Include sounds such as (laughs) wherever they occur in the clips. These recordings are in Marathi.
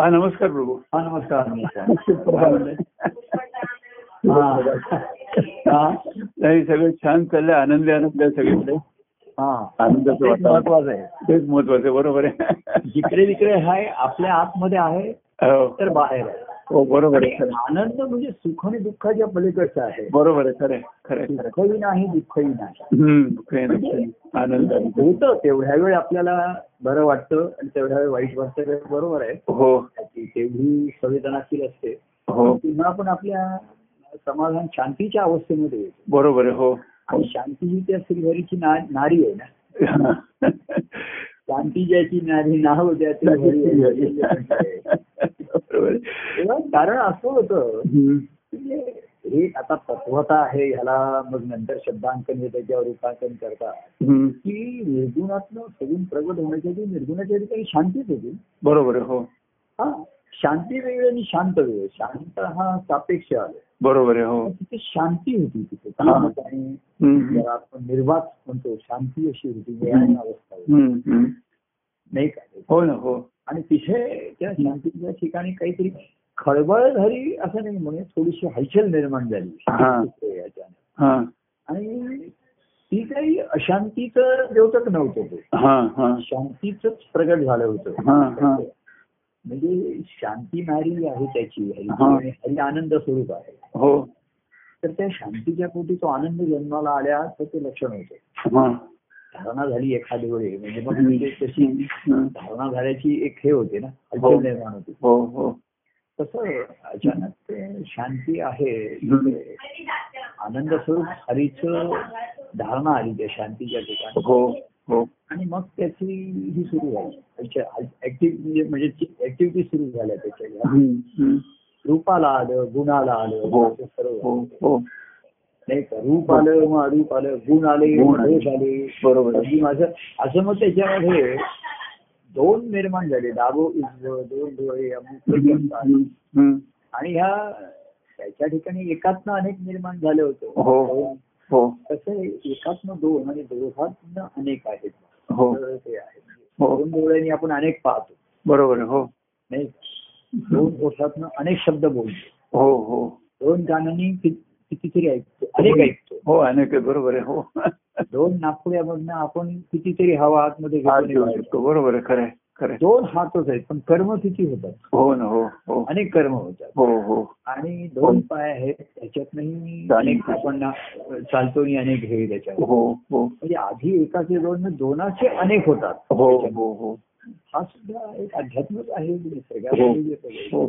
हा नमस्कार प्रभू हा नमस्कार नमस्कार काय म्हणताय? हा. हा नाही सगळं छान चाललंय आनंदी आनंद आहे सगळीकडे हा आनंदाचं तेच वातावरण. महत्वाचं आहे तेच महत्वाचं आहे बरोबर आहे जिकडे तिकडे आहे आपल्या आतमध्ये आहे हो तर बाहेर आहे हो बरोबर आहे खरं आहे. आनंद म्हणजे सुख आणि दुःखाच्या पलीकडचा आहे बरोबर आहे खरं आहे, खरं आहे, खरं आहे. सुखही नाही दुःखही नाही हम्म, काही नाही, काही नाही. आनंद आहे. होतं तेवढ्या वेळ आपल्याला बरं वाटतं आणि तेवढ्या वेळ वाईट वाटतं हे बरोबर आहे हो त्याची तेवढी संवेदनाशील असते हो पुन्हा आपण आपल्या समाधान शांतीच्या अवस्थेमध्ये येतो बरोबर आहे हो आणि शांती ही त्या श्रीहरीची ना नारी आहे ना शांती ज्याची नारी नाव द्या ती हरी आहे. बरोबर आहे. तेव्हा कारण असं होतं हम्म. म्हणजे हे आता तत्वता आहे ह्याला मग नंतर शब्दांकन हे त्याच्यावर रूपांकन करतात हम्म. की निर्गुणातनं सगून प्रगट होण्याच्या आधी निर्गुणाच्या ठिकाणी शांतीच होती बरोबर आहे हो हा शांती वेगळी आणि शांत वेळ शांत हा सापेक्ष आले बरोबर आहे हो तिथे शांती होती तिथे हा. काम आणि हम्म. जरा आपण निर्वाच म्हणतो शांती अशी होती निराळी अवस्था होती. हम्म. हम्म. नाही का हो ना हो आणि तिथे त्या शांतीच्या ठिकाणी काहीतरी खळबळ झाली असं नाही म्हणजे थोडीशी हलचल निर्माण हा. झाली याच्याने हा आणि ती काही अशांतीचं द्योतक नव्हतं ते हा हा शांतीच प्रगट झालं हा, हा. होतं म्हणजे शांती नारी आहे त्याची हरी हा. आणि हरी आनंद स्वरूप आहे हो तर त्या शांतीच्या पोटी तो आनंद जन्माला आल्या तर ते लक्षण होतं हा धारणा झाली एखादी वेळी म्हणजे मग हम्म. म्हणजे तशी हम्म. धारणा झाल्याची एक हे होते ना हो. हलचल निर्माण होती हो हो तसं अचानक ते शांती आहे हम्म. आनंद स्वरूप हरीचं धारणा आली त्या शांतीच्या ठिकाणी हो हो आणि मग त्याची ही सुरू झाली ऍक्टिव्ह म्हणजे म्हणजे ऍक्टिव्हिटी सुरू झाल्या त्याच्या हम्म. हम्म. रूपाला आलं गुणाला आलं हो. असं सर्व हो हो नाही का रूप आलं मग अरूप आलं गुण आले गुण आले. दोष आले बरोबर आहे. अगदी माझं असं मग त्याच्यामध्ये दोन निर्माण झाले दाबो उजवं, दोन डोळे अमुक हम्म. असतात. हम्म. हम्म. आणि ह्या त्याच्या ठिकाणी एकातनं अनेक निर्माण झाले होते हो. हो तसं एकातनं दोन आणि दोघातनं अनेक आहेत हो तर ते आहे. हो. दोन डोळ्यांनी आपण अनेक पाहतो बरोबर आहे. हो नाही दोन ओठातनं अनेक शब्द बोलतो हो हो दोन कानांनी कि- कितीतरी ऐकतो अनेक ऐकतो हो अनेक आहे. बरोबर आहे हो दोन नागपुड्यामधनं आपण कितीतरी हवा आतमध्ये घेतो आज आणि घेऊ बाहेर शकतो बरोबर आहे खरं आहे. खरं आहे. दोन हातच आहेत पण कर्म किती होतात हो ना हो हो अनेक कर्म होतात हो हो आणि दोन पाय आहेत त्याच्यातनंही अनेक आपण ना- चालतो आणि अनेक हे त्याच्यावर हो हो म्हणजे आधी एकाचे दोन न दोनाचे अनेक होतात हो हो हो हा सुद्धा एक अध्यात्मच आहे निसर्गामध्ये जे सगळं. हो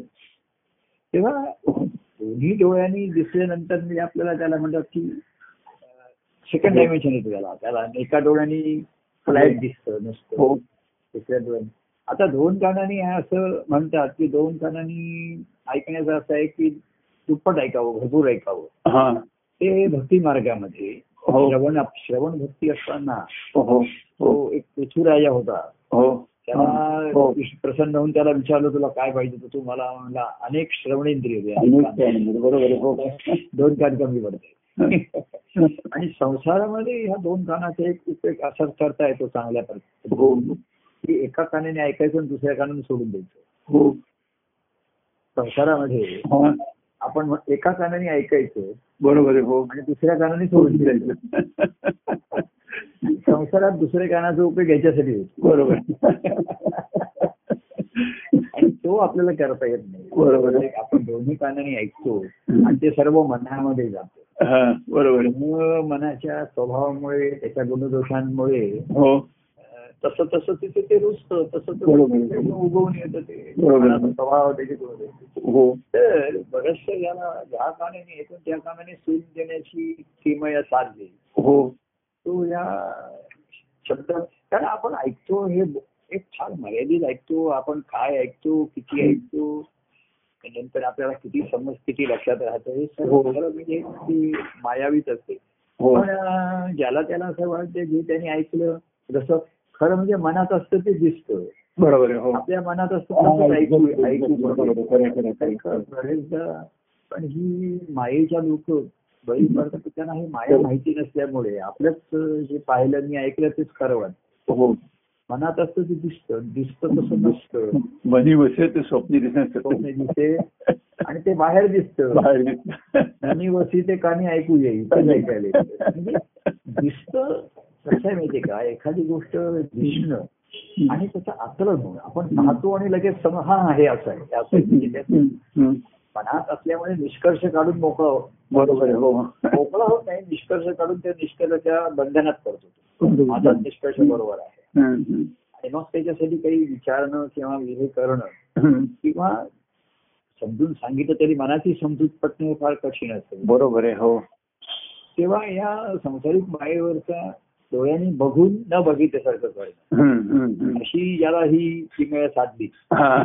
तेव्हा दोन्ही डोळ्यांनी दिसल्यानंतर म्हणजे आपल्याला त्याला म्हणतात की सेकंड डायमेन्शन येतो त्याला त्याला एका डोळ्यानी फ्लॅट दिसतं नसतं हो. हो दुसऱ्या डोळ्याने आता दोन कानांनी आहे असं म्हणतात की दोन कानांनी ऐकण्याचं असं आहे की दुप्पट ऐकावं भरपूर ऐकावं हा ते भक्ती मार्गामध्ये हो. श्रवण श्रवण भक्ती असताना हो तो हो एक पृथ्वीराजा होता हो तेव्हा हो. कृष्ण प्रसन्न होऊन त्याला विचारलं तुला काय पाहिजे तर तू मला म्हणला अनेक श्रवणेंद्रिय दे. अनेक प्राण्यांमध्ये, बरोबर आहे. हो (laughs) दोन कान कमी (laughs) पडते आणि संसारामध्ये ह्या दोन कानाचा एक उपयोग असा करता येतो चांगल्या प्रकारे हो की एका कानाने ऐकायचं आणि दुसऱ्या कानाने सोडून द्यायचं हो संसारामध्ये हा. आपण म्ह- एका कानाने ऐकायचं बरोबर आहे हो आणि दुसऱ्या कानाने सोडून द्यायचं बरोबर संसारात दुसऱ्या कानाचा उपयोग याच्यासाठी होतो (laughs) आणि तो आपल्याला करता येत नाही बरोबर आहे. आपण दोन्ही कानाने ऐकतो आणि ते सर्व मनामध्ये जातो हा बरोबर आहे. त्यामुळं मनाच्या स्वभावामुळे त्याच्या गुणदोषांमुळे हो अं, तसं तसं तिथे ते रुजतं तसं बरोबर. तसं ते उगवून येतं ते बरोबर. मनाचा स्वभाव त्याचे गुणदोष हो तर बऱ्याचशा याला ज्या कानाने येतो त्या कानाने सून देण्याची किमया साधली हो तो या शब्द कारण आपण ऐकतो हे ब- एक फार मर्यादित ऐकतो आपण काय ऐकतो किती ऐकतो नंतर आपल्याला किती समज किती लक्षात राहतं हे सर्व हो. खरं म्हणजे ती मायावीच असते हो पण अं, ज्याला त्याला असं वाटतं जे त्याने ऐकलं जसं खरं म्हणजे मनात असतं ते दिसतं बरोबर आहे. हो आपल्या मनात असतं तसंच ऐकू ऐकू बरोबर आहे. खरं आहे, खरं आहे, खरं काही आहे. क- बरेचदा पण ही मायेच्या लोक बळी पडतात त्यांना हो. ही माया माहिती नसल्यामुळे आपलंच जे पाहिलं मी ऐकलं तेच खरं वाटतं हो मनात असतं ते दिसतं दिसतं तसं नसतं मनी बसे ते स्वप्नी दिसत स्वप्न दिसते आणि ते बाहेर दिसतं बाहेर दिसत आणि वसी ते कानी ऐकू येईल ते ऐकायला येतं. म्हणजे दिसतं कसं आहे माहितीये का एखादी गोष्ट दिसणं आणि त्याचं आकलन होणं आपण पाहतो आणि लगेच सम हा हा, हे असं आहे असं आहे. म्हणजे त्याचं हो. मनात असल्यामुळे निष्कर्ष काढून मोकळा हो- बरोबर आहे, हो मोकळा होत नाही निष्कर्ष काढून त्या निष्कर्षाच्या बंधनात पडतो माझा हम्म, निष्कर्ष बरोबर आहे हम्म, आणि मग त्याच्यासाठी काही विचारणं किंवा हे करणं हम्म. किंवा समजून सांगितलं तरी मनाची समजूत पटणं हे फार कठीण असतं बरोबर आहे हो तेव्हा या संसारिक मायेवरचा डोळ्यांनी बघून न बघितल्यासारखं कळलं हम्म, हम्म, हम्म. अशी याला ही किमया साधली हा.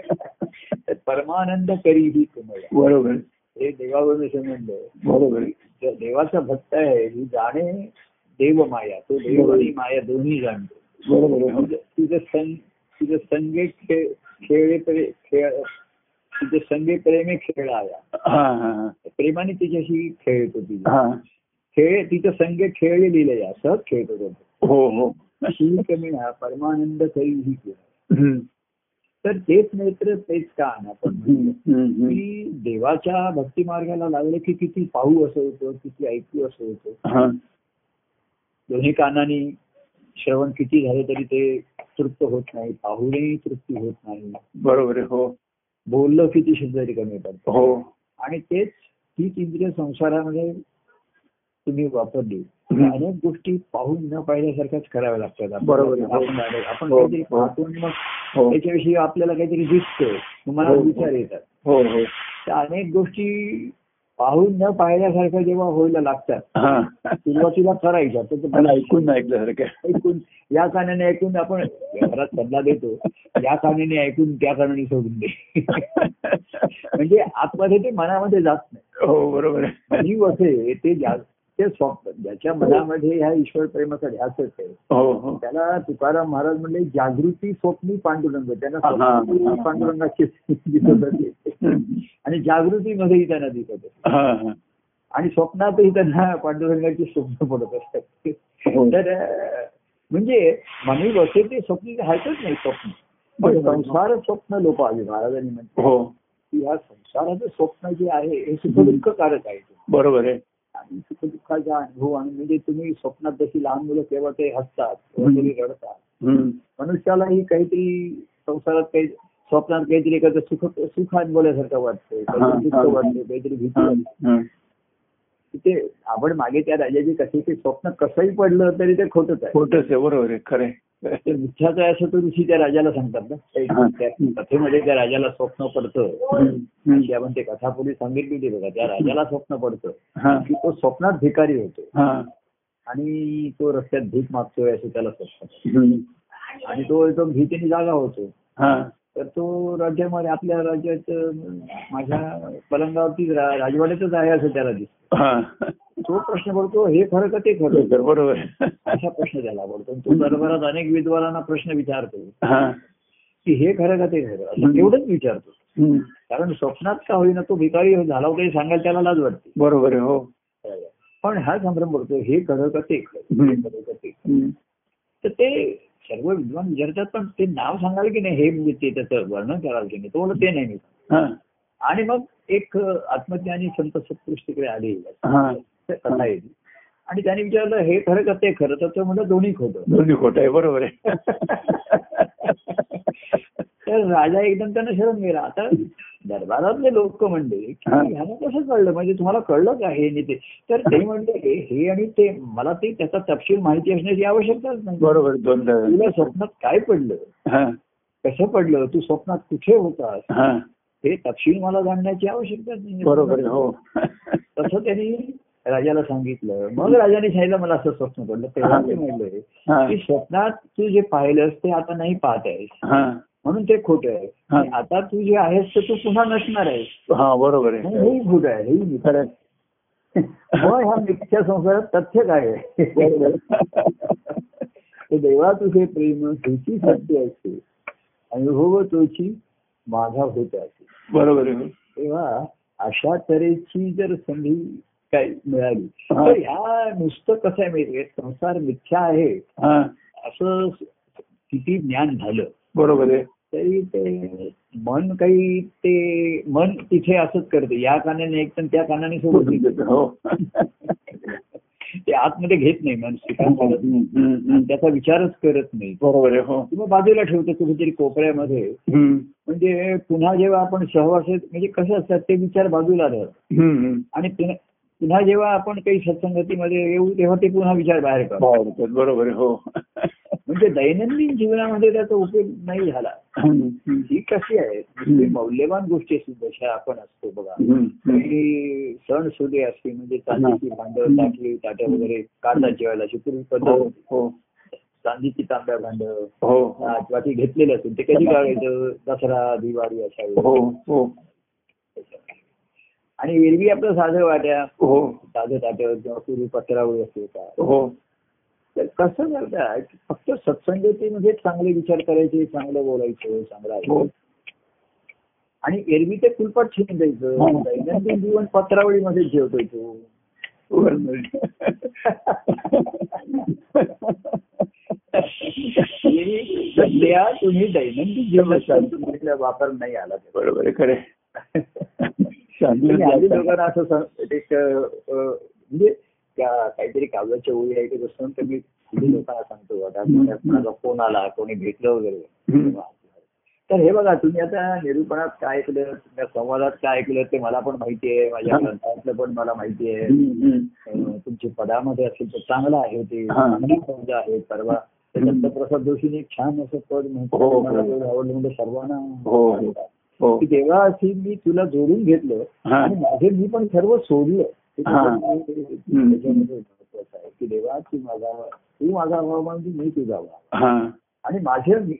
तर परमानंद करी ही किमया बरोबर आहे, हे देवावर असं म्हणलं बरोबर आहे. जो देवाचा भक्त आहे ही जाणे देव माया तो देव आणि माया दोन्ही जाणतो बरोबर आहे, हो. तुझं- तुझं संग तुझं संगे खेळ खेळे प्रे- खेळ तुझं संगे प्रेमे खेळ आया हा, हा, हा. प्रेमाने तिच्याशी खेळत होती हा. खेळ तिचं संगे खेळले लिहिले असं खेळत होतो हो हो अशी कमी ना परमानंद करी ही केला हम्म, तर तेच नेत्र तेच कान आपण हम्म, हम्म, हम्म. की देवाच्या भक्ती मार्गाला लागले की किती पाहू असं होतं किती ऐकू असं होतं हा. दोन्ही कानाने श्रवण किती झालं तरी ते तृप्त होत नाही पाहुणे तृप्ती होत नाही बरोबर आहे, हो बोललं किती शब्द तरी कमी पडतं हो आणि तेच तीच इंद्रिय संसारामध्ये तुम्ही वापरली हम्म. अनेक गोष्टी पाहून न पाहिल्यासारख्याच कराव्या लागतात आपण- बरोबर आहे. आपण direct- आपण हो, काहीतरी हो. पाहतो आणि मग हो त्याच्याविषयी आपल्याला काहीतरी दिसतं मग मला हो, हो. विचार येतात हो हो त्या अनेक गोष्टी पाहून न पाहिल्यासारख्या जेव्हा व्हायला लागतात हा सुरुवातीला करायच्या तर ते पण ऐकून नाही ऐकल्यासारखं ऐकून या कानाने ऐकून आपण घरात सल्ला देतो या कानाने ऐकून त्या कानाने सोडून दे म्हणजे आतमध्ये ते मनामध्ये जात नाही हो बरोबर आहे. आणि असे ते जा- ते स्वप्न ज्याच्या मनामध्ये ह्या ईश्वर प्रेमाचा ध्यास आहे हो हो त्याला तुकाराम महाराज म्हणले जागृती स्वप्नी पांडुरंग त्यांना हा, हा, हा. स्वप्नी पांडुरंगाची दिसत होते आणि जागृतीमध्येही त्यांना दिसत होते हा, हा. आणि स्वप्नातही त्यांना पांडुरंगाची स्वप्न पडत असतात हो. तर अं, म्हणजे मनी बसे ते स्वप्न आहेतच नाही स्वप्न पण बरोबर. संसार स्वप्न लोक आले महाराजांनी म्हणते हो की ह्या संसाराचं स्वप्न जे आहे हे सुखदुःखकारक आहे बरोबर आहे आणि सुखदुःखाचा अनुभव आणि म्हणजे तुम्ही स्वप्नात जशी लहान मुलं केव्हा ते हसतात हम्म. वगैरे रडतात हम्म. मनुष्यालाही काहीतरी संसारात काही स्वप्नात काहीतरी एखादं सुख सुख अनुभवल्यासारखं वाटतंय हा, काहीतरी दुःख हा. वाटतंय काहीतरी भीती हा, वाटते हा. ते आपण मागे त्या राजाची कसे ते स्वप्न कसंही पडलं तरी ते खोटंच आहे खोटंच आहे बरोबर आहे खरे ते मिथ्याचं आहे असं तो ऋषी त्या राजाला सांगतात ना ते हा. त्या कथेमध्ये त्या राजाला स्वप्न पडतं जी आपण ते कथा पूर्वी सांगितली होती बघा त्या राजाला स्वप्न पडतं की तो स्वप्नात भिकारी होतो आणि तो रस्त्यात भीक मागतोय असं त्याला स्वप्न पडतं. आणि तो एकदम भीतीने जागा होतो तर तो राज्यामध्ये आपल्या राज्यात अं, माझ्या पलंगावरती रा- राजवाड्यातच आहे असं त्याला दिसतं तो प्रश्न पडतो हे खरं का ते खरं बरोबर आहे. असा प्रश्न त्याला पडतो आणि तो दरबारात अनेक विद्वानांना प्रश्न विचारतो हा. की हे खरं का ते खरं असं हम्म. एवढंच विचारतो हम्म. कारण स्वप्नात का होईना तो भिकारी झाला होता हे सांगायला त्याला लाज वाटते बरोबर आहे हो पण हा संभ्रम पडतो हे खरं का ते खरं हम्म. हे खरं का ते खरं? हम्म. तर ते सर्व विद्वान विचारतात पण ते नाव सांगाल की नाही हे म्हणजे ते त्याचं वर्णन कराल की नाही तो म्हणतो, ते नाही मी हा. आणि मग एक अं, आत्मज्ञानी संत सत्पुरुष तिकडे आले हा. तर कथा येते आणि त्याने विचारलं हे खरं का ते खरं तर तो म्हणलं दोन्ही खोटं दोन्ही खोट आहे बरोबर आहे तर राजा एकदम त्यांना शरण गेला आता दरबारातले लोक म्हणले की हा. ह्याला कसं कळलं म्हणजे तुम्हाला कळलं का हे आणि ते तर ते म्हणले "हे- हे आणि ते मला ते त्याचा तपशील माहिती असण्याची आवश्यकताच नाही बरोबर आहे, दोन दोन. तुला स्वप्नात काय पडलं हा. कसं पडलं तू स्वप्नात कुठे होतास हा. हे तपशील मला जाणण्याची आवश्यकताच नाही बरोबर आहे, हो तसं त्यांनी राजाला सांगितलं मग राजाने सांगितलं मला असं स्वप्न पडलं तेव्हा हा. ते म्हणलं हा. की स्वप्नात तू जे पाहिलंस ते आता नाही पाहत आहेस हा. म्हणून ते खोटं आहे हा. आणि आता तू जे आहेस ते तू पुन्हा नसणार आहेस हा बरोबर म्हणून आहे हेही खोटं आहे हेही मिथ्या. खरं आहे. (laughs) मग ह्या मिथ्या संसारात तथ्य काय आहे (laughs) ते देवा तुझे प्रेम तुझी सत्य असते अनुभव तुझी माझा होत असे बरोबर आहे तेव्हा अशा तऱ्हेची जर संधी काय मिळाली तर ह्या नुसतं कसं आहे माहितीये संसार मिथ्या आहे हा. असं किती ज्ञान झालं बरोबर आहे तरी ते मन काही ते मन तिथे असंच करते या कानाने एक तर त्या (laughs) कानाने सोडून सोडून देतं. देतं, हो ते आतमध्ये घेत नाही मन स्वीकार करत नाही हम्म. त्याचा विचारच करत नाही बरोबर आहे हो किंवा बाजूला ठेवतो कुठेतरी कोपऱ्यामध्ये हम्म. म्हणजे पुन्हा जेव्हा आपण सहवासात म्हणजे कसे असतात ते विचार बाजूला राहतात हम्म. आणि पुन्हा पुन्हा जेव्हा आपण काही सत्संगतीमध्ये येऊ तेव्हा ते पुन्हा विचार बाहेर काढतो बाहेर येतात, बरोबर आहे हो म्हणजे दैनंदिन जीवनामध्ये त्याचा उपयोग नाही झाला हम्म. ही कशी आहे नुसती मौल्यवान गोष्टी असतील जशा आपण असतो बघा हम्म. काही सण सुदे असते म्हणजे चांदीची भांडं हम्म. टाकली ताट्या वगैरे काढतात जेवायला अशी पूर्वी पद्धत हो होती. हो चांदीची तांब्या भांडं हो किंवा ती घेतलेली असेल ते कधी काढायचं दसरा दिवाळी अशा हो वेळी हो आणि एरवी आपलं साधं वाट्या हो साधं ताट्यावर किंवा पूर्वी पत्रावर असते का हो तर कसं करतात फक्त सत्संगतीमध्ये चांगले विचार करायचे चांगलं बोलायचं चांगलं हो ऐकायचं. आणि एरवी ते कुलपाट ठेवून हा. द्यायचं दैनंदिन जीवन पत्रावळीमध्ये जेवतोय तो बरोबर एरवी सध्या तुम्ही दैनंदिन जीवनात शांततेचा वापर नाही आला तेव्हा. बरोबर आहे खरे आणि आधी लोकांना असं सं- एक अ, म्हणजे त्या काहीतरी कागदाच्या ओळी ऐकत असताना तर मी आधी लोकांना सांगतो आता कोणा- कोणाचा फोन आला कोणी भेटलं वगैरे तर हे बघा तुम्ही आता निरूपणात काय ऐकलं तुमच्या संवादात काय ऐकलं ते मला पण माहिती आहे माझ्या हा. ग्रंथातलं पण मला माहिती आहे अं, तुमच्या पदामध्ये असेल तर चांगलं आहे ते हा. चांगली पद आहे परवा ते हम्म. दत्तप्रसाद जोशीने एक छान असं पद हो, हो. म्हटलं मला एवढं आवडलं म्हणजे सर्वांना हो. आवडलं. हो की तेव्हा अशी मी तुला जोडून घेतलं हा. आणि माझे मी पण सर्व सोडलं हे हा. त्याच्यामध्ये- त्याच्यामध्ये महत्वाचं आहे की देवा तू माझा तू माझा व्हावा म्हणजे मी तुझा व्हावा हा आणि माझे मी-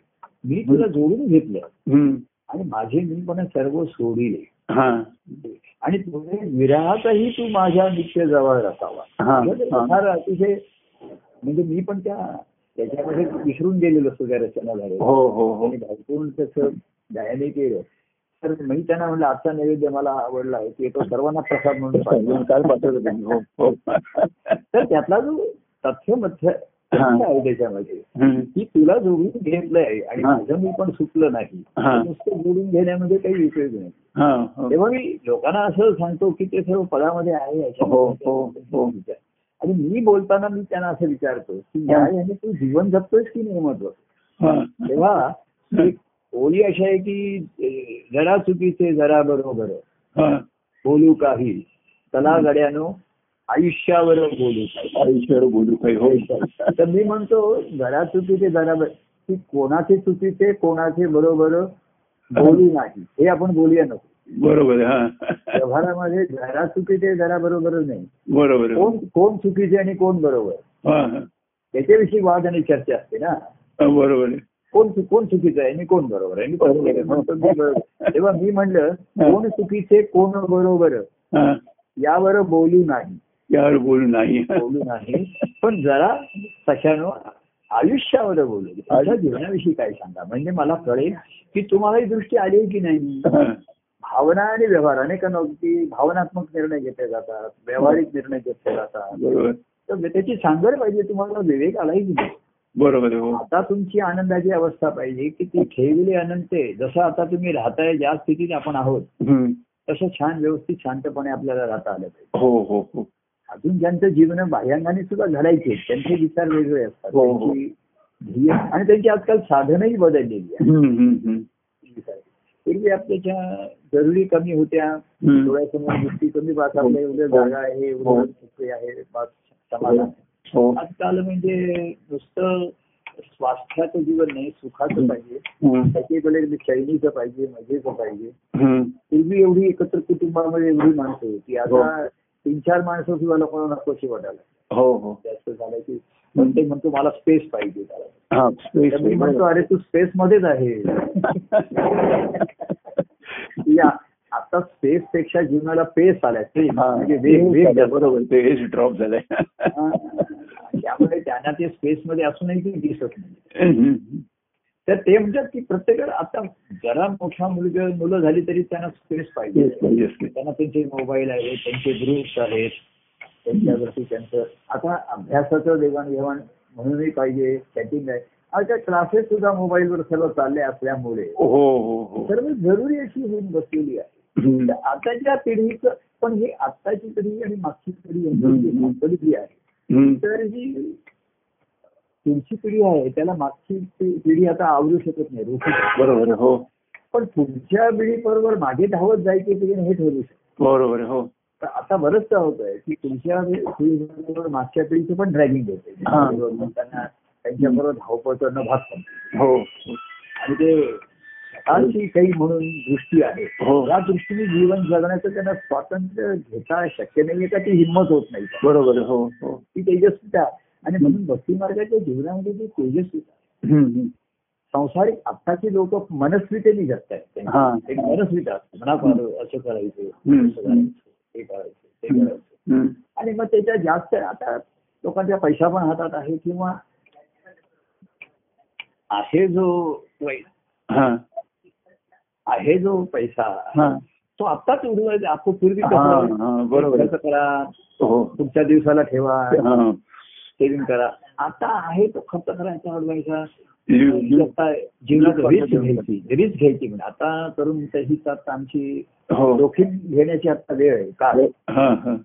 मी तुला जोडून घेतलं हम्म. आणि माझे मी पण सर्व सोडिले हा आणि तुझे विराहातही तू माझ्या नित्य जवळ असावा हा, म्हणजे ते हा. फार अतिशय म्हणजे मी पण त्या त्याच्यामध्ये विसरून गेलेलो असतो त्या रचना झाल्या हो हो हो भरपूर तसं गायने केलं तर मी त्यांना म्हणलं आजचा नैवेद्य मला आवडला आहे की तो सर्वांना प्रसाद (laughs) म्हणून अजून पाहिजे. काल पाठवलं त्यांनी. हो हो तर त्यातला जो तथ्य मथ्य तथ्य आहे त्याच्यामध्ये हम्म. की तुला जोडून घेतलंय आणि हा. माझं मी पण सुटलं नाही हा. नुसतं जोडून घेण्यामध्ये काही उपयोग नाही हा, हो. तेव्हा मी लोकांना असं सांगतो की ते सर्व पदामध्ये आहे हो, हो, हो. याच्यामध्ये आणि मी बोलताना मी त्यांना असं विचारतो की हा. या ह्याने तू जीवन जगतोयस की नाही महत्वाचं हा. तेव्हा एक ओळी अशी आहे की अं, जरा चुकीचे जरा बरोबर हा. बोलू काही तला गड्यानो आयुष्यावर बोलू काही आयुष्यावर बोलू काही हो तर मी म्हणतो जरा चुकीचे जरा बर- की कोणाचे चुकीचे कोणाचे बरोबर बोलू नाही हे आपण (laughs) बोलूया नको बरोबर आहे, हा व्यवहारामध्ये जरा चुकीचे जरा बरोबर नाही बरोबर आहे. कोण कोण चुकीचे आणि कोण बरोबर हा, हा. त्याच्याविषयी वाद आणि चर्चा असते ना हा, बरोबर आहे. कोण चु- कोण चुकीचं आहे आणि कोण बरोबर आहे मी कोण बरोबर आहे म्हणतो (laughs) मी बरोबर. तेव्हा मी म्हणलं कोण चुकीचे कोण बरोबर हा. यावर बोलू नाही यावर बोलू नाही बोलू नाही पण जरा तशानं आयुष्यावर बोलू माझ्या जीवनाविषयी काय सांगा म्हणजे मला कळेल की तुम्हाला ही दृष्टी आली की नाही हा. भावना आणि व्यवहार अनेकांना की भावनात्मक निर्णय घेतले जातात व्यावहारिक निर्णय घेतले जातात बरोबर तर त्याची सांगड पाहिजे तुम्हाला विवेक आलाय की नाही बरोबर आहे, हो आता तुमची आनंदाची अवस्था पाहिजे की ती ठेवली अनंते जसं आता तुम्ही राहताय ज्या स्थितीत आपण आहोत हम्म. तसं छान व्यवस्थित शांतपणे आपल्याला राहता आलं पाहिजे हो हो हो अजून ज्यांचं जीवन बाह्यांगाने सुद्धा घडायचे त्यांचे विचार वेगळे असतात हो, हो. त्यांची ध्येय आणि त्यांची आजकाल साधनही बदललेली हम्म, हम्म, हम्म. आहे पूर्वी आपल्याच्या जरुरी कमी होत्या हम्म. डोळ्यासमोर गोष्टी कमी पाहत आपल्या एवढ्या जागा आहे एवढं सुखी आहे बास समाधान आहे. हो आजकाल म्हणजे नुसतं स्वास्थ्याचं जीवन नाही सुखाचं पाहिजे हम्म. त्याच्याकडे मी शैलीचं पाहिजे मजेचं पाहिजे हम्म. पूर्वी एवढी एकत्र कुटुंबामध्ये एवढी माणसं होती हो. आता तीन चार माणसं सुद्धा लोकांना नकोशी वाटायला हो हो जास्त झालं की प्रत्येक म्हणतो मला स्पेस पाहिजे त्याला हा स्पेस तर मी म्हणतो अरे तू स्पेस मध्येच (laughs) आहे या आता स्पेस पेक्षा जीवनाला पेस आलाय पेस हा. म्हणजे वेग वेग जास्त. बरोबर ते हेच ड्रॉप झालंय हा. त्यामुळे त्यांना ते स्पेस मध्ये असूनही ते दिसत नाही हम्म. तर ते म्हणतात की प्रत्येकाला आता जरा मोठा मुलगा मुलं झाली तरी त्यांना स्पेस पाहिजे Yes, yes, yes. त्यांना त्यांचे मोबाईल आहेत त्यांचे ग्रुप्स आहेत त्यांच्यावरती त्यांचं आता अभ्यासाचं देवाणघेवाण म्हणूनही पाहिजे चॅटिंग आहे आता क्लासेस सुद्धा मोबाईलवर सर्व चालले असल्यामुळे हो हो हो सर्व जरुरी अशी होऊन बसलेली आहे हम्म. तर आताच्या पिढीचं पण हे आताची पिढी आणि मागची पिढी यांची जी हम्म. भानगड जी आहे हम्म. तर ही तुमची पिढी आहे त्याला मागची पि- पिढी आता आवरू शकत नाही रोखू शकत. बरोबर आहे, हो पण पुढच्या पिढी बरोबर मागे धावत जायची पिढी हे ठरवू शकतो बरोबर आहे, हो तर आता बरंच होत आहे की तुमच्या पिढीबरोबर मागच्या पिढीचे पण ड्रॅगिंग होते हा. त्यांना त्यांच्याबरोबर धावपळ करणं भाग पडतं हो आणि ते अशी काही म्हणून दृष्टी आहे हो. या दृष्टीने जीवन जगण्याचं त्यांना स्वातंत्र्य घेता शक्य नाहीये का ती हिंमत होत नाही का? बरोबर आहे, हो हो ती तेजस्विता आणि म्हणून भक्ती मार्गाच्या जीवनामध्ये ती तेजस्विता हम्म, हम्म. संसारिक आत्ताची लोक मनस्वितेने जगतात हा. त्यांची एक मनस्विता असते. म्हणा फार असं करायचं हम्म. असं करायचं हे करायचं ते करायचं हम्म. आणि मग त्याच्या जास्त आता लोकांच्या पैसा पण हातात आहे किंवा आहे जो वै- हा आहे जो पैसा हा तो आत्ताच उडवायचा आपण पूर्वी कसं हा, हा, बरोबर आहे. खर्च करा हो तुमच्या दिवसाला ठेवा हा सेविंग करा आता आहे तो खर्च करायचा उडवायचा लिव- लिव- आता जीवनात लिव- रिस्क घ्यायची रिस्क घ्यायची म्हणजे आता तरुण ही आता आमची हो जोखीम घेण्याची आता वेळ आहे का हा हा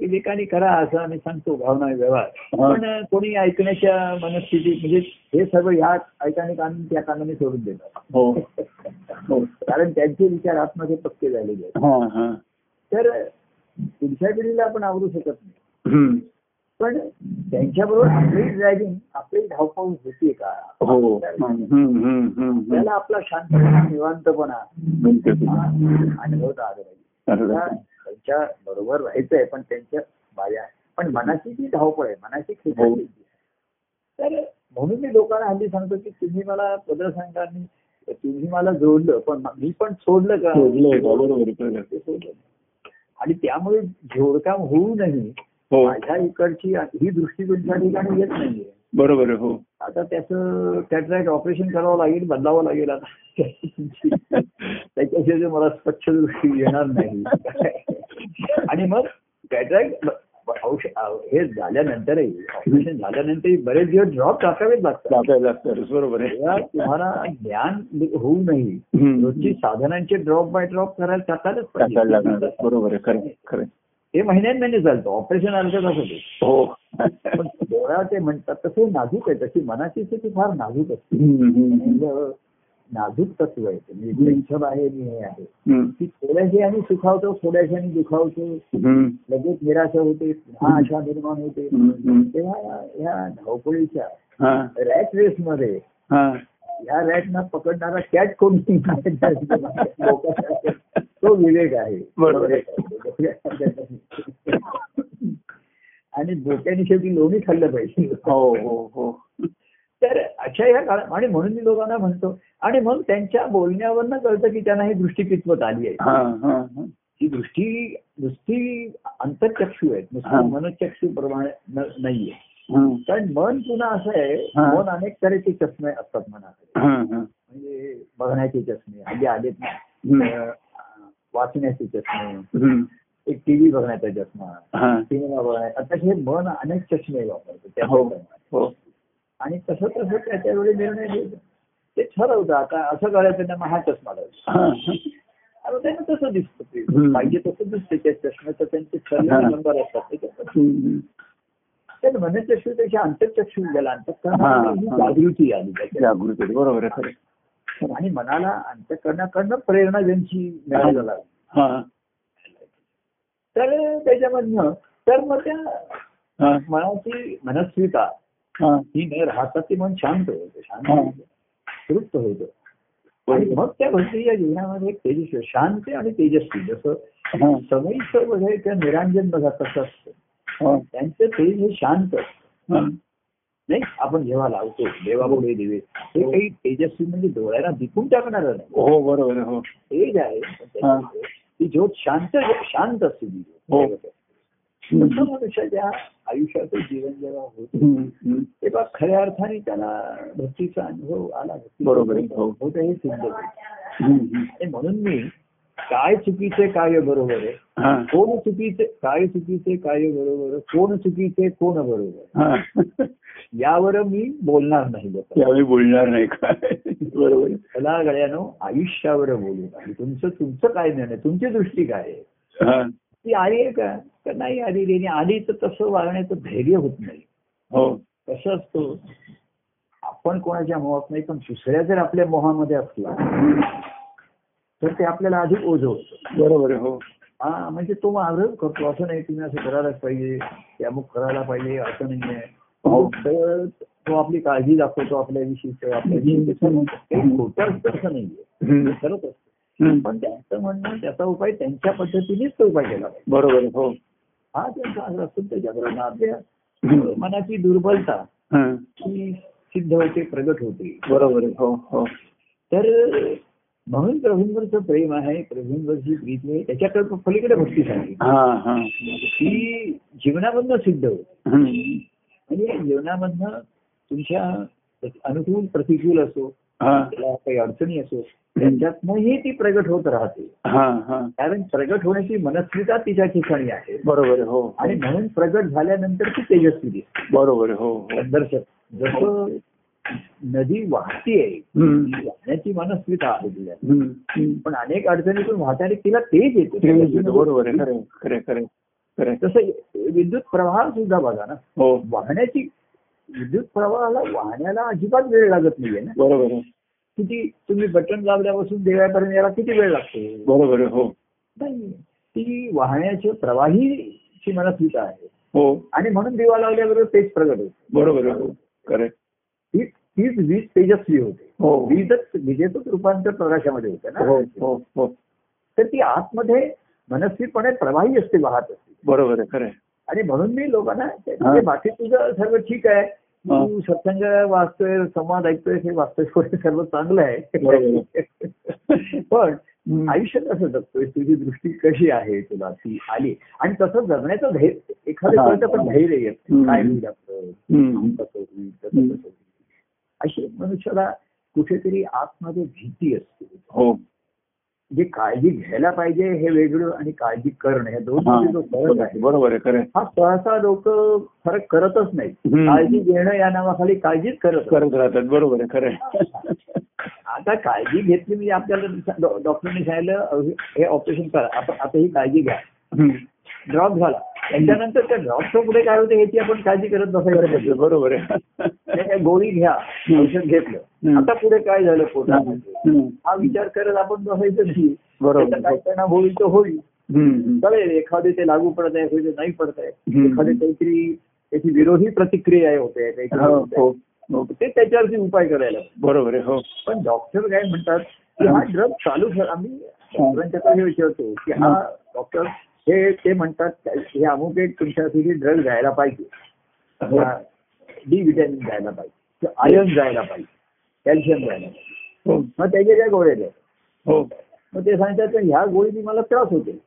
विवेकाने करा असं आम्ही सांगतो भावना व्यवहार हा. पण कोणी ऐकण्याच्या मनस्थिती म्हणजे हे सर्व ह्या ऐकाने कान त्या कानाने सोडून देतात हो हो कारण त्यांचे विचार आतमध्ये पक्के झालेले आहेत हा हा तर पुढच्या पिढीला आपण आवरू शकत नाही हम्म. पण त्यांच्याबरोबर आपली ड्रायव्हिंग आपली धावपळ होती का हो हम्म, हम्म, हम्म, हम्म. त्याला आपला शांतपणा निवांतपणा म्हणते तू. हा अनुभवता आला पाहिजे बरोबर त्या- आहे. त्यांच्या बरोबर राहायचंय पण त्यांच्या बाया पण मनाची जी धावपळ आहे मनाची हो. खेळ तर म्हणून मी लोकांना हल्ली सांगतो की तुम्ही मला पदर सांगा आणि तुम्ही मला जोडलं पण मी पण सोडलं का सोडलंय का? बरोबर आहे, हो, बरोबर आहे. ते सोडलं आणि त्यामुळे झोडकाम होऊ नये हो माझ्या इकडची ही दृष्टी तुमच्या ठिकाणी येत नाहीये बरोबर आहे, हो आता त्याचं कॅटराईट ऑपरेशन करावं लागेल बदलावं लागेल आता त्याची- (laughs) त्याच्याशिवाय जे मला स्वच्छ दृष्टी येणार (laughs) नाही आणि मग कॅटराईट औषध हे झाल्यानंतरही ऑपरेशन झाल्यानंतरही बरेच दिवस ड्रॉप टाकावेच लागतात जाता जाता. बरोबर आहे तेव्हा तुम्हाला ज्ञान होऊ नये हम्म. रोजची साधनांचे ड्रॉप बाय ड्रॉप करायला टाकायलाच जाता लागणार. पाहिजे बरोबर आहे खरं आहे, खरं आहे. हे महिन्यान महिने चालतं ऑपरेशन अर्धच असं हो पण डोळा ते म्हणतात तसं नाजूक आहे तशी मनाची स्थिती फार नाजूक असते हम्म, हम्म. म्हणजे नाजूक तत्व आहे ते. म्हणजे हम्म. टेन्शन आहे आणि हे आहे हम्म. की थोड्याशी आम्ही सुखावतो थोड्याशी आम्ही दुखावतो हम्म. लगेच निराशा होते पुन्हा आशा निर्माण होते हम्म, हम्म. तेव्हा या- या धावपळीच्या हा रॅट रेस मध्ये हा या रॅटना पकडणारा कॅट कोणी नाही. तो विवेक आहे बरोबर आहे. आणि डोक्याने शेवटी लोणी खाल्लं पाहिजे हो हो हो तर अशा या काळात आणि म्हणून मी लोकांना म्हणतो आणि मग त्यांच्या बोलण्यावरनं कळतं की त्यांना ही दृष्टी कितपत आली आहे हा हा हा. ही दृष्टी नुसती अंतरचक्षू आहेत हा. नुसती मनचक्षू प्रमाणे न- नाहीये हम्म. कारण मन पुन्हा असं आहे हा. मन अनेक तऱ्हेचे चष्मे असतात मनाकडे हा, हा. म्हणजे बघण्याचे चष्मे हल्ली आलेत ना हम्म. अं, वाचण्याचे चष्मे हम्म. एक टीव्ही बघण्याचा चष्मा हा. सिनेमा बघण्याचा आता हे मन अनेक चष्मे वापरतो त्या हो. हो आणि तसं तसं त्याच्या वेळी निर्णय घ्यायचा ते ठरवतं आता असं करायचं ना मग हा चष्मा लावायचा हा, हा. आता त्यांना तसं दिसतं ते हम्म. पाहिजे तसं दिसते त्या चष्म्याचं त्यांचे ठरलेले हा. नंबर असतात ते तसं. हम्म. तर मनचक्षू त्याच्या आंतरचक्षू गेला हा, अंतकरणाची हा. जागृती आली त्याच्यात. जागृत आहे. बरोबर आहे खरं आहे. आणि मनाला अंतकरणाकडनं प्रेरणा ज्यांची मिळायला लागली हा तर त्याच्यामधनं तर मग त्या हा मनाची मनस्विता हा ही न राहता ती मन शांत होतं शांत हा. होतं तृप्त होतं आणि मग त्या भक्तीच्या जीवनामध्ये एक तेजस्वी शांत आणि तेजस्वी जसं हा, समयीचं वगैरे त्या निरांजन बघा कसं असतं हा, त्यांचं तेज हे शांत असतं. हा. नाही आपण जेव्हा लावतो देवापुढे दिवे हे काही तेजस्वी म्हणजे डोळ्याला दिपून टाकणार नाही हो बरोबर आहे, हो तेज आहे पण त्याच्यामध्ये ती ज्योत शांत शांत असते ती हो. ज्योत तसं मनुष्य ज्या आयुष्याचं जीवन जेव्हा होत हम्म, हम्म. तेव्हा खऱ्या अर्थाने त्याला भक्तीचा अनुभव आला भक्तीचा बरोबर आहे, अनुभव हो. होतं हे सिद्ध होतं. हम्म, हम्म. आणि म्हणून मी काय चुकीचे काय बरोबर आहे हा, कोण चुकीचे काय चुकीचे काय बरोबर आहे? कोण चुकीचे कोण बरोबर आहे? हा. यावर मी बोलणार नाही लोकांना. यावेळी बोलणार नाही काय बरोबर आहे. मला गळ्यानो आयुष्यावर बोलू आणि तुमचं तुमचं काय ज्ञान आहे तुमची दृष्टी काय आहे हा, ती आली आहे का तर नाही आलेली आणि आली तर तसं वागण्याचं धैर्य होत नाही हो कसं असतो आपण कोणाच्या मोहात नाही पण दुसऱ्या जर आपल्या मोहामध्ये असला तर ते आपल्याला अधिक ओझ होतं बरोबर आहे, हो हा म्हणजे तो आग्रह करतो असं नाही तुम्ही असं करायलाच पाहिजे ते अमुक करायला पाहिजे असं नाही आहे हो. तर तो आपली काळजी दाखवतो आपल्याविषयी तो आपल्याविषयी ते सर्व काही खोटं असतं असं नाहीये हम्म, खरंच असतं हम्म. पण त्यांचं म्हणणं त्याचा उपाय त्यांच्या पद्धतीनेच तो उपाय केला पाहिजे बरोबर आहे, हो हा त्यांचा आग्रह असतो त्याच्याबरोबर आपल्या हम्म. मनाची दुर्बलता हा, ही सिद्ध होते प्रगट होते बरोबर आहे, हो हो तर म्हणून प्रभूंवरचं प्रेम आहे प्रभूंवरची प्रीती आहे त्याच्याकडे पलीकडे भक्ती झाली हा हा ही जीवनामधनं सिद्ध होते हम्म. म्हणजे जीवनामधनं तुमच्या अनुकूल प्रतिकूल असो हा त्याला काही अडचणी असो त्यांच्यातनंही ती प्रगट होत राहते हा हा कारण प्रगट होण्याची मनस्थिता तिच्या ठिकाणी आहे बरोबर आहे, हो आणि म्हणून प्रगट झाल्यानंतर ती तेजस्वी दिसते बरोबर आहे, हो हो दर्शक जसं नदी वाहतीये हम्म. वाहण्याची मनस्थिता आहे तिला हम्म. हम्म. पण अनेक अडचणीतून वाहताना तिला तेज ते येते म्हणजे बरोबर आहे खरं आहे, खरं आहे, खरं आहे, खरं आहे. तसं विद्युत प्रवाह सुद्धा बघा ना हो वाहण्याची विद्युत प्रवाहाला वाहण्याला अजिबात वेळ लागत नाहीये ना बरोबर आहे किती तुम्ही बटन दाबल्यापासून देवापर्यंत याला किती वेळ लागतो बरोबर आहे, हो नाही ती वाहण्याचे प्रवाहीची मनस्थित आहे हो आणि म्हणून दिवा लावल्याबरोबर तेज प्रगट होते बरोबर आहे, हो खरं आहे. तीच तीच वीज तेजस्वी होते हो वीजच विजेचंच रूपांतर प्रकाशामध्ये होतं हो ना हो हो तर ती आतमध्ये मनस्थितपणे प्रवाही असते वाहत असते बरोबर आहे खरं आहे. आणि म्हणून मी लोकांना ते- हा. ते बाकी तुझं सर्व ठीक आहे हा. तू सत्संग वाचतोय संवाद ऐकतोय हे वाचतोय वगैरे सर्व चांगलं आहे (laughs) पण हम्म. आयुष्य कसं जगतोय तुझी दृष्टी कशी आहे तुला ती आली आणि तसं जगण्याचं धैर्य एखादं हा. कळतं पण धैर्य येत नाही. हम्म. काय होईल आपलं हम्म. कसं होईल तसं हम्म. कसं होईल अशी मनुष्याला कुठेतरी आतमध्ये भीती असते हो जे काळजी घ्यायला पाहिजे हे वेगळं आणि काळजी करणं हे दोन हा. मध्ये जो फरक आहे बरोबर आहे खरं आहे. हा सहसा लोक फरक करतच नाही हम्म. काळजी घेणं या नावाखाली काळजीच करत करत राहतात बरोबर आहे खरं आहे. असतात. आता काळजी घेतली म्हणजे आपल्याला डॉ- डॉक्टरने सांगितलं अहो, हे ऑपरेशन करा आपण आता ही काळजी घ्या हम्म. ड्रॉप झाला त्याच्यानंतर त्या ड्रॉपचं पुढे काय होतं याची आपण काळजी करत खरं बसायला आहे, बरोबर आहे नाही, नाही, गोळी घ्या औषध घेतलं हम्म. आता पुढे काय झालं पोटामध्ये हम्म. हा विचार करत आपण बसायचं नाही बरोबर त्याचा काय परिणाम होईल तो होईल हम्म. कळेल एखादे ते लागू पडत आहे एखादे नाही पडत आहे हम्म. एखादे काहीतरी त्याची विरोधी प्रतिक्रिया होते काहीतरी हो होते. हो हो. ते त्याच्यावरती उपाय करायला लागले. बरोबर आहे हो पण डॉक्टर काय म्हणतात की हा ड्रग चालू ठेव- आम्ही डॉक्टरांच्याकडे हे विचारतो की हा डॉक्टर हे ते म्हणतात हे अमुक एक तुमच्यासाठी ड्रग जायला पाहिजे हो. डी विटॅमिन जायला पाहिजे आयर्न जायला पाहिजे कॅल्शियम जायला पाहिजे हो मग त्याचे काय गोळ्या द्या हो मग ते सांगतात की ह्या गोळीने मला त्रास होते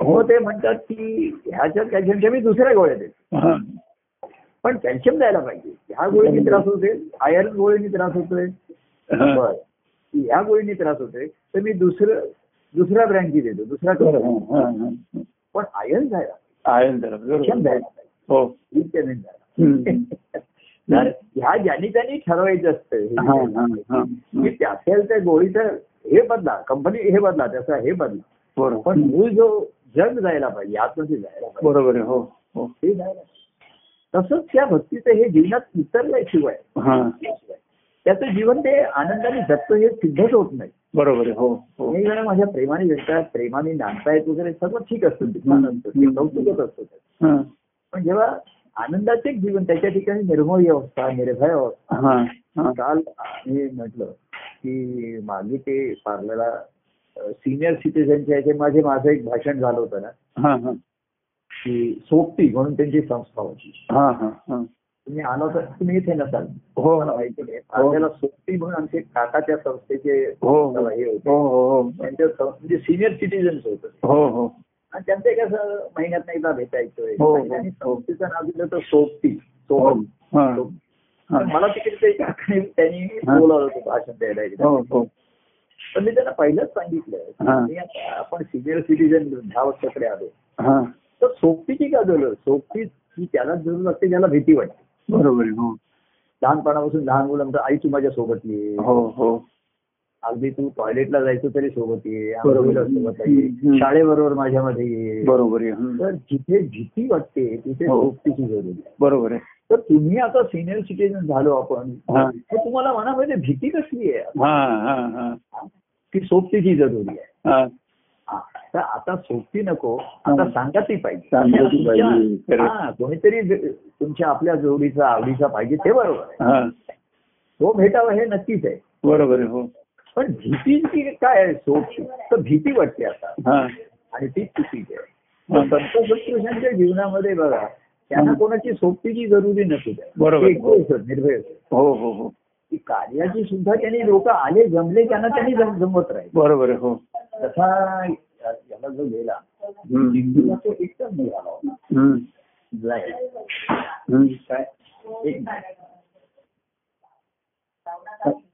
हो मग ते म्हणतात की ह्याच्यात कॅल्शियमच्या मी दुसऱ्या गोळ्या देतो हा. पण कॅल्शियम द्यायला पाहिजे ह्या गोळीने त्रास होते आयर्न गोळीने त्रास होतोय हा. बरं ह्या गोळीने त्रास होतोय तर मी दुसरं दुसऱ्या ब्रँडची देतो दुसरा बरं, करतो हा, हा, हा. पण आयर्न द्यायला आहे ना जरा, कॅल्शियम बरोबर द्यायला पाहिजे हो विटॅमिन द्यायला हम्म. तर ह्या ज्यानी त्यांनी ठरवायचं हा, हा, असतं हा. की त्या त्या- त्या गोळीचं हे बदला कंपनी हे बदला त्याचा हे बदला पण बरोबर मूळ जो जग जायला पाहिजे आतमध्ये जायला पाहिजे बरोबर आहे हो हो ते जायला पाहिजे. तसंच त्या भक्तीचं हे जीवनात उतरल्याशिवाय हा त्याचं जीवन ते आनंदाने जगतं हे सिद्धच होत नाही बरोबर आहे हो हो काही जण माझ्या प्रेमाने जगतात प्रेमाने नाचतायत वगैरे सर्व ठीक असतं ते छान असतं ते हम्म. कौतुकच असतं त्याचं. हा पण जेव्हा आनंदाचे जीवन त्याच्या ठिकाणी निर्मोही अवस्था निर्भय अवस्था हा हा काल मी म्हटलं की मागे ते पार्लरला सिनियर सिटीजनच्या याचे माझे माझं एक भाषण झालं होतं ना हा हा की सोबती म्हणून त्यांची संस्था होती हा हा हा तुम्ही आला तर तुम्ही इथे नसाल हो मला माहिती नाही आपल्याला सोबती म्हणून आमचे काका त्या संस्थेचे हो हो हे होते हो हो त्यांच्या संस्थेचे सिनियर सिटीजन्स होते हो हो आणि त्यांचे कसं महिन्यात एकदा भेटायचोय हो, हो, आणि संस्थेचं नाव दिलं तर सोबती सोबत हा सोबती. हा तर मला तिकडे ते काकाने- त्यांनी हो. हा. बोलावलं होतं भाषण द्यायला एकदा. हो हो पण मी त्यांना पहिलंच सांगितलं हा. आणि आता आपण सिनियर सिटीजन दहा वर्षाकडे आलो हा तर सोबतीची का जरूर सोबती ही त्यालाच जरूर लागते ज्याला भीती वाटते बरोबर आहे. हो लहानपणापासून लहान मुलं म्हणतात आई तू माझ्या सोबत ये हो हो अगदी तू टॉयलेटला जायचो तरी सोबत ये बरोबर. आंघोळीला सोबत ये हम्म. शाळेबरोबर माझ्यामध्ये ये बरोबर आहे हं. तर जिथे भीती वाटते तिथे हो. सोबतीची जरूर आहे बरोबर आहे तर तुम्ही आता सिनियर सिटीजन झालो आपण हा. तर तुम्हाला मनामध्ये भीती कसली आहे हा हा हा हा? ती सोबतीची जरुरी आहे हा हा. तर आता सोबती नको आता हा. सांगती पाहिजे सांगती तुमच्या- पाहिजे, correct. हा, कोणीतरी ज- तुमच्या आपल्या जोडीचा आवडीचा पाहिजे ते बरोबर आहे हा तो भेटावा हे नक्कीच आहे बरोबर आहे हो पण भीती जी काय आहे सोबती तर भीती वाटते आता हा आणि ती चुकीची आहे हा. संत सत्पुरुषांच्या जीवनामध्ये बघा त्यांना हा. कोणाची सोबतीची जरुरी नसू द्या बरोबर. ते एकटे असत निर्भय असत हो हो हो की कार्याची सुद्धा त्यांनी लोक आले जमले त्यांना त्यांनी जम- जमवत राहील बरोबर आहे हो तसा याला जो गेला हं. तिला तो एकटाच निघाला होता. हं. जाय. हं. काय एक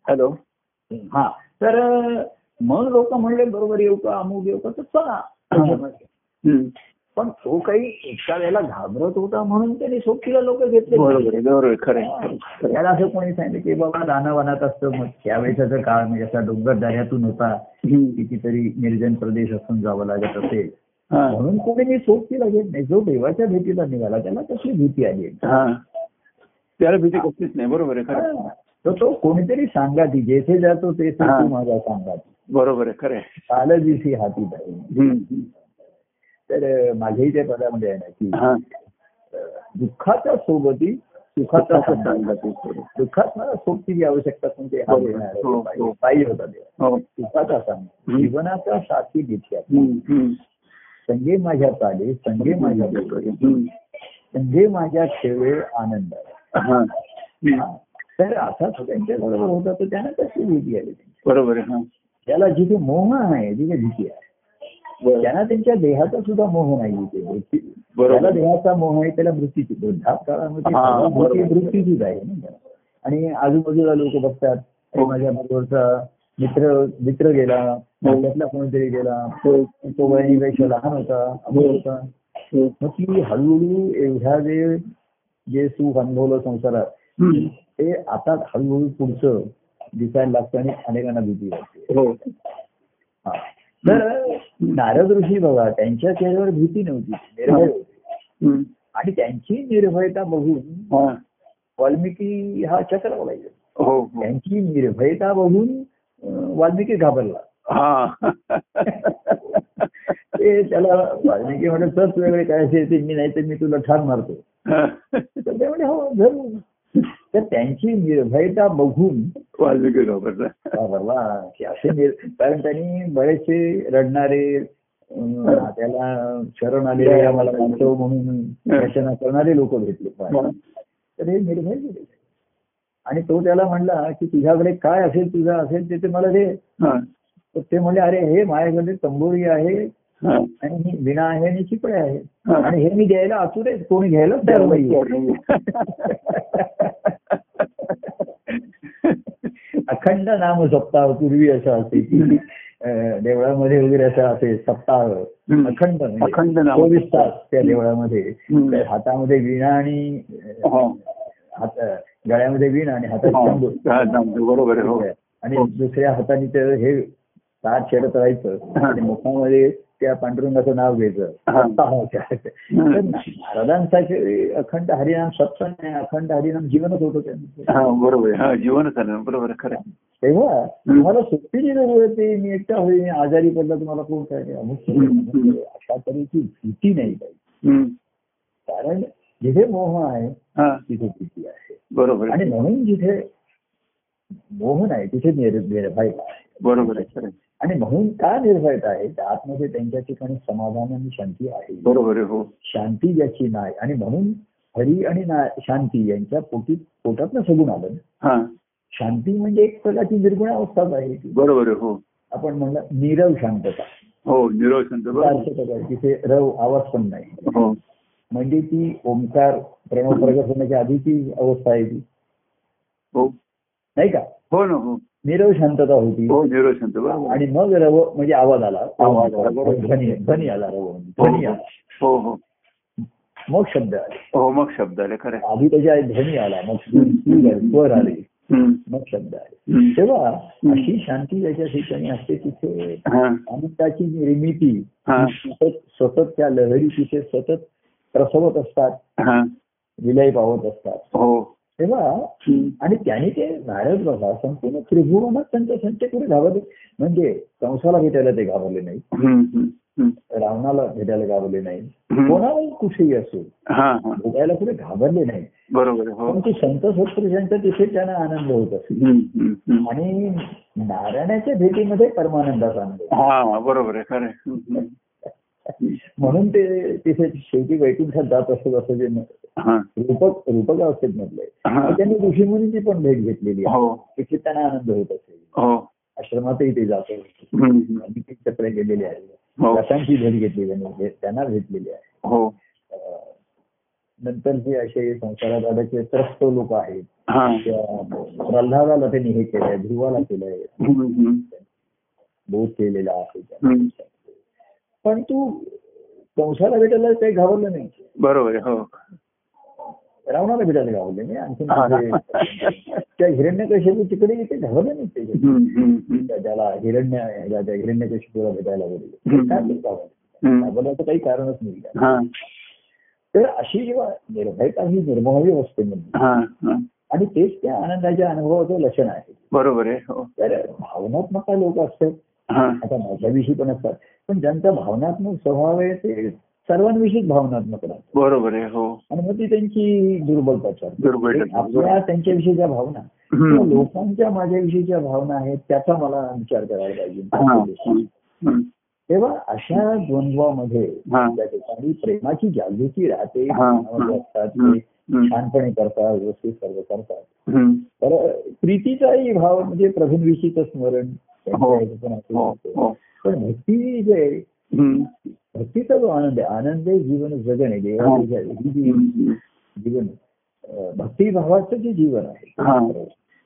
हॅलो हा तर मग लोक म्हणले बरोबर येऊ का अमुक येऊ का तर चला त्याच्यामध्ये. हं. पण तो काही एका वेळेला घाबरत होता म्हणून त्यांनी सोबतीला लोक घेतले बरोबर आहे बरोबर आहे खरं आहे, खरं आहे. त्याला असं कोणी सांगितलं की बाबा रानावनात असतं मग त्यावेळेचा काळ म्हणजे असा डोंगर दऱ्यातून होता हं. कितीतरी निर्जन प्रदेश असून जावं लागत असेल हा म्हणून कोणी मी सोबतीला घेत नाही जो देवाच्या भेटीला निघाला त्याला कसली भीती आली हा त्याला भीती कसलीच नाही बरोबर आहे खरं आहे. हा. तर तो कोणीतरी सांगा ती जेथे जातो तेथे हा. तू माझा सांगा बरोबर आहे खरं आहे कालजीसी हाती धरून हं, हं. तर माझ्याही त्या पदामध्ये आहे ना की हा अं, दुःखाच्या सोबती सुखाचा संबंध. दुःखात मला सोबतीची आवश्यकता कोणती हा बरोबर. देणारा हो, पाहिजे. हो. पाहिजे होता देव हो सुखाचा सांग हं. जीवनाचा साथी घेतल्या हं, हं. संगे माझ्या चाले संगे माझ्या डोळे. हं. संगे माझ्या खेळे आनंद हा हं. तर असाच त्यांच्या बरोबर होता तर त्यांना कशी भीती आली बरोबर आहे हा त्याला जिथे मोह आहे तिथे भीती आहे त्यांना त्यांच्या देहाचा सुद्धा मोह नाही इथे मृत्यू- बरोबर. त्याला देहाचा मोह आहे त्याला मृत्यूची वृद्धापकाळामध्ये हा, सर्वात मोठी बरोबर. मृत्यूचीच आहे नाही का? आणि आजूबाजूला लोक बघतात अरे हो. माझ्या बरोबरचा मित्र मित्र गेला हो. त्यातला कोणीतरी गेला तो वयापेक्षा लहान होता हो. अमोल होता हं. मग ती हळूहळू एवढ्या जे जे सुख अनुभवलं संसारात हं. ते आता हळूहळू पुढचं दिसायला लागतं आणि अनेकांना भीती वाटते हो हा. तर नारद ऋषी बघा त्यांच्या चेहऱ्यावर भीती नव्हती हो. निर्भय होते. हं. आणि त्यांची निर्भयता बघून हा वाल्मिकी हा चक्रवाला गेला. हो हो त्यांची निर्भयता बघून अं, वाल्मिकी घाबरला हा ते त्याला वाल्मिकी म्हणत तर तुझ्याकडे काय असेल ते मी नाही तर मी तुला ठार मारतो तर ते म्हणे हो जरूर तर त्यांची निर्भयता बघून वाल्मिकी घाबरला घाबरला की असे निर कारण त्यांनी बरेचसे रडणारे अं, त्याला शरण आलेले आम्हाला मानतो म्हणून दर्शन करणारे लोक भेटले हा. तर हे निर्भय गेले आणि तो त्याला म्हणला की तुझ्याकडे काय असेल तुझा असेल ते ते मला दे हा तर ते म्हणले अरे हे माझ्याकडे तंबोरी आहे हा आणि ही विणा आहे आणि चिपळे आहे हा. आणि हे मी द्यायला आतुर आहे कोणी घ्यायला तयार नाहीये (laughs) अखंड नाम सप्ताह पूर्वी असं असे की अं, देवळामध्ये वगैरे असं असे सप्ताह हम्म. अखंड म्हणजे अखंड नाम. चोवीस तास त्या देवळामध्ये हम्म. तर हातामध्ये वीणा आणि अं, हो. हात गळ्यामध्ये वीणा आणि हातात चंबूर. हा, जांभूळ, बरोबर आहे हो आणि हो. दुसऱ्या हाताने ते हे तार शेडत राहायचं हा. आणि मुखामध्ये त्या पांडुरंगाचं नाव घ्यायचं हा. सप्ताहाच्या. तर नारदांसाठी अखंड हरिनाम सत्संग नाही अखंड हरिनाम जीवनच होतं त्यांचं हा बरोबर आहे हा जीवनच आहे ना बरोबर आहे खरं आहे. तेव्हा तुम्हाला सुट्टी दिली होती मी एकटा होईल मी आजारी पडला तुम्हाला कोण काय अमुक केलं. म्हणजे अशा तऱ्हेची भीती नाही पाहिजे हम्म. कारण जिथे मोह आहे हा तिथे भीती आहे बरोबर आहे आणि म्हणून जिथे मोह नाही तिथे निर- निर्भयता आहे बरोबर आहे खरं आहे. आणि म्हणून का निर्भयता आहे तर आतमध्ये त्यांच्या ठिकाणी समाधान आणि शांती आहे बरोबर आहे हो शांती ज्याची नाही आणि म्हणून हरी आणि ना शांती यांच्या पोटी पोटातनं सगून आलं ना. हा शांती म्हणजे एक प्रकारची निर्गुण अवस्थाच आहे ती बरोबर आहे हो आपण म्हणलं नीरव शांतता हो निरव शांत बरोबर अर्थ प्रकार तिथे रव आवाज पण नाही हो म्हणजे ती ओंकार प्रणव प्रगट होण्याच्या आधीची अवस्था आहे ती हो नाही का हो ना हो निरव शांतता होती हो निरव शांत बरोबर आणि मग रव म्हणजे आवाज आला आवाज आला, बरोबर. ध्वनी ध्वनी आला रव म्हणजे ध्वनी आला हो हो मग शब्द आले हो मग शब्द आले खरे आधी त्याच्या ध्वनी आला मग हम्म. स्वर आले मग शब्द आले तेव्हा अशी शांती ज्याच्या ठिकाणी असते तिथे अनंताची निर्मिती सतत सतत त्या लहरी तिथे सतत प्रसवत असतात विलय पावत असतात हो तेव्हा आणि त्याने ते नारद बाबा संपूर्ण त्रिभुवनात त्यांचा संच करून घाबरले म्हणजे कंसाला भेटायला ते घाबरले नाही रावणाला भेटायला घाबरले नाही कोणालाही कुठेही असो हा हा भेटायला कुठे घाबरले नाही बरोबर आहे, हो पण ते संत सत्पुरुषांचा तिथे त्यांना आनंद होत असे हम्म, हम्म, हम्म. आणि नारायणाच्या भेटीमध्ये परमानंदाचा आनंद होता. हा बरोबर आहे खरे म्हणून ते तिथे शेवटी वैकुंठात जात असत असं जे न- हा रूपक रूपक अवस्थेत म्हटलंय हा. त्यांनी ऋषी मुनीची पण भेट घेतलेली आहे. हो तिथे त्यांना आनंद होत असेल हो आश्रमातही ते जात होते हम्म, आणि ते चक्र गेलेले आहे हो रसांची भेट घेतली त्यांनी भे- त्यांना भेटलेली आहे हो अं, नंतर जे असे संसारात आल्याचे त्रस्त लोक आहेत हा त्या प्रल्हादाला त्यांनी हे केलंय ध्रुवाला केलंय हम्म, हम्म, बोध केलेला आहे त्यांनी. हम्म. पण तू कंसाला भेटायला काही घाबरलं नाही बरोबर आहे, हो रावणाला भेटायला घाबरले नाही हा. आणखी त्या हिरण्यकशिपू तिकडे इथे घाबरले नाही ते हम्म, हम्म, हम्म. त्या- त्याला हिरण्य ह्याला त्या हिरण्यकशिपूला भेटायला वगैरे हम्म. काय ते घाबरले हम्म. घाबरण्याचं काही कारणच नाही हा तर अशी जेव्हा निर्भयता ही निर्मोही असते म्हणजे हा हा. आणि तेच त्या आनंदाच्या अनुभवाचं लक्षण आहे बरोबर आहे हो तर भावनात्मक लोक असतात हा आता माझ्याविषयी पण असतात पण ज्यांचा भावनात्मक स्वभाव आहे ते सर्वांविषयीच भावनात्मक राहतात बरोबर आहे हो आणि मग ती त्यांची दुर्बलता ठरते. दुर्बल एक आपल्या त्यांच्याविषयीच्या भावना किंवा हम्म. लोकांच्या माझ्याविषयीच्या भावना आहेत त्याचा मला विचार करायला हा पाहिजे हम्म. तेव्हा अशा द्वंद्वामध्ये हा. त्या ठिकाणी प्रेमाची जागृती राहते हा. भावनामध्ये असतात हम्म. ते हम्म. छानपणे करतात व्यवस्थित सर्व करतात हम्म. तर प्रीतीचाही भाव म्हणजे प्रभूंविषयीचं स्मरण हो. पण असू हो शकतं. हो पण भक्ती जे आहे, हम्म. भक्तीचा जो आनंद आहे आनंद हे जीवन जगणे हा. देवाचे ही जी हम्म. जीवन अं, भक्तिभावाचं जे जीवन हा. आहे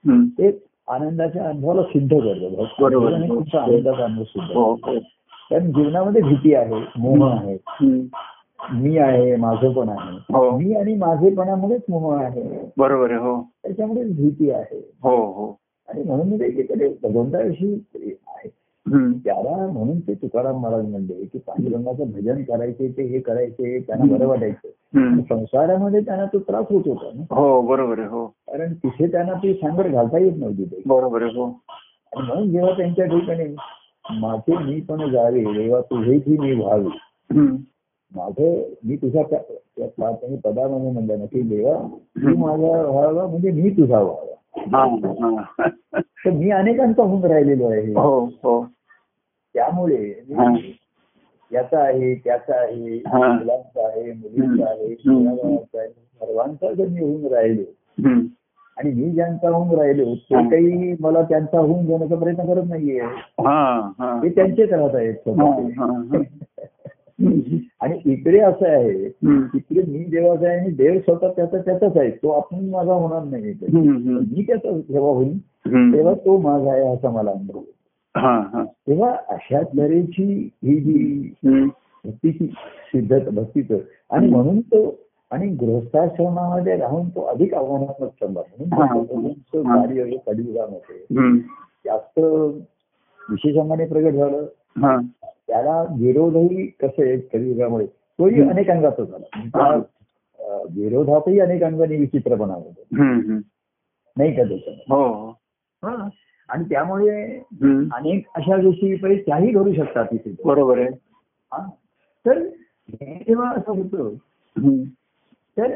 हम्म. ते आनंदाच्या अनुभवाला सिद्ध करतं भक्ती बरोबर. जीवन हे खूप आनंदाचा अनुभव सिद्ध हो करतं. हो कारण जीवनामध्ये भीती आहे मोह आहे हम्म. मी आहे माझं पण हो. आहे मी आणि माझेपणामुळेच मोह आहे बरोबर आहे हो त्याच्यामुळेच भीती आहे हो हो आणि म्हणून मी ते तिकडे भगवंताविषयी प्रेम आहे हम्म. त्याला म्हणून ते तुकाराम महाराज म्हणले की पांडुरंगाचं भजन करायचे ते हे करायचे त्यांना बरं वाटायचं पण हम्म. संसारामध्ये त्यांना तो त्रास होत होता ना हो बरोबर आहे हो कारण तिथे त्यांना ती सांगड घालता येत नव्हती ते बरोबर आहे हो आणि म्हणून जेव्हा त्यांच्या ठिकाणी माझे मी पण जावे तेव्हा तुझेची मी व्हावी हम्म. माझं मी तुझ्या त्या- त्या प्रार्थने पदामध्ये म्हणलं ना की देवा तू माझा व्हावा म्हणजे मी तुझा व्हावा हा हा. तर मी अनेकांचा होऊन राहिलेलो आहे हो हो त्यामुळे हा. मी याचा आहे त्याचा आहे हा. मुलांचा आहे मुलींचा आहे हम्म. मुलाबाळाचा आहे सर्वांचा जर मी होऊन राहिलो हम्म. आणि मी ज्यांचा होऊन राहिलो हा. ते काही मला त्यांचा होऊन जाण्याचा प्रयत्न करत नाहीये हा हा ते त्यांचेच राहत आहेत हा, स्वतःचे. हा, हा. हम्म. आणि इकडे असं आहे हम्म. इकडे मी देवाचा आहे आणि देव स्वतः त्याचा त्याचाच आहे तो आपण माझा होणार नाही इकडे. हम्म, हम्म. मी त्याचा जेव्हा होईल तेव्हा हम्म. तो माझा आहे असा मला अनुभव येईल. हा हा तेव्हा अशा तऱ्हेची ही जी हम्म. भक्तीची सिद्धत भक्तीचं आणि म्हणून तो आणि गृहस्थाश्रमामध्ये राहून तो अधिक आव्हानात्मक स्तंभ आहे. हा. म्हणून प्रभूंचं कार्य हे कलियुगामध्ये हम्म. जास्त विशेषांगाने प्रगट झालं हा त्याला विरोधही कसं आहे कलियुगामुळे तोही हम्म. अनेक अंगाचा झाला हा. त्या, अं, विरोधातही अनेक अंगाने विचित्रपणा होतो हम्म, हम्म. नाही का त्याच्यामध्ये हो हो हा. आणि त्यामुळे हम्म. अनेक अशा गोष्टी पै त्याही घडू शकतात तिथे बरोबर आहे हा. तर हे जेव्हा असं होतं हम्म. तर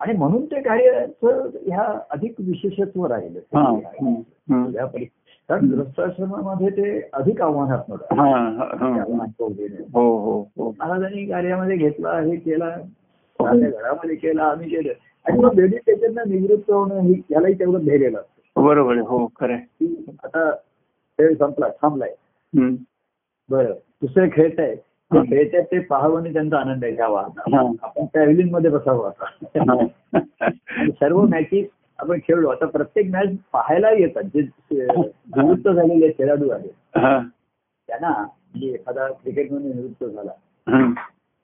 आणि म्हणून ते कार्याचं ह्या अधिक विशेषत्व राहिलं हा हम्म. हम्म. या परि- कारण गृहस्थाश्रमामध्ये ते अधिक आव्हानात्मक आहे. हा हा, ते हा. आव्हान तो घेणं. हो हो हो महाराजांनी कार्यामध्ये घेतला हे केला आपल्या घरामध्ये केला आम्ही केलं आणि मग बेबी त्याच्यातनं निवृत्त होणं ही यालाही तेवढं धैर्य असतं बरोबर आहे हो खरं आहे. की आता खेळ संपला थांबलाय हम्म. बरं दुसरे खेळत आहे हा. ते खेळत आहेत ते पाहावं आणि त्यांचा आनंद घ्यावा हा. आपण ट्रॅव्हलिंग मध्ये बसावं आता हा. आणि सर्व मॅचेस आपण खेळलो आता प्रत्येक मॅच पाहायला येतात जे अ, निवृत्त झालेले खेळाडू आहेत हा, त्यांना म्हणजे एखादा क्रिकेट म्हणून निवृत्त झाला हा.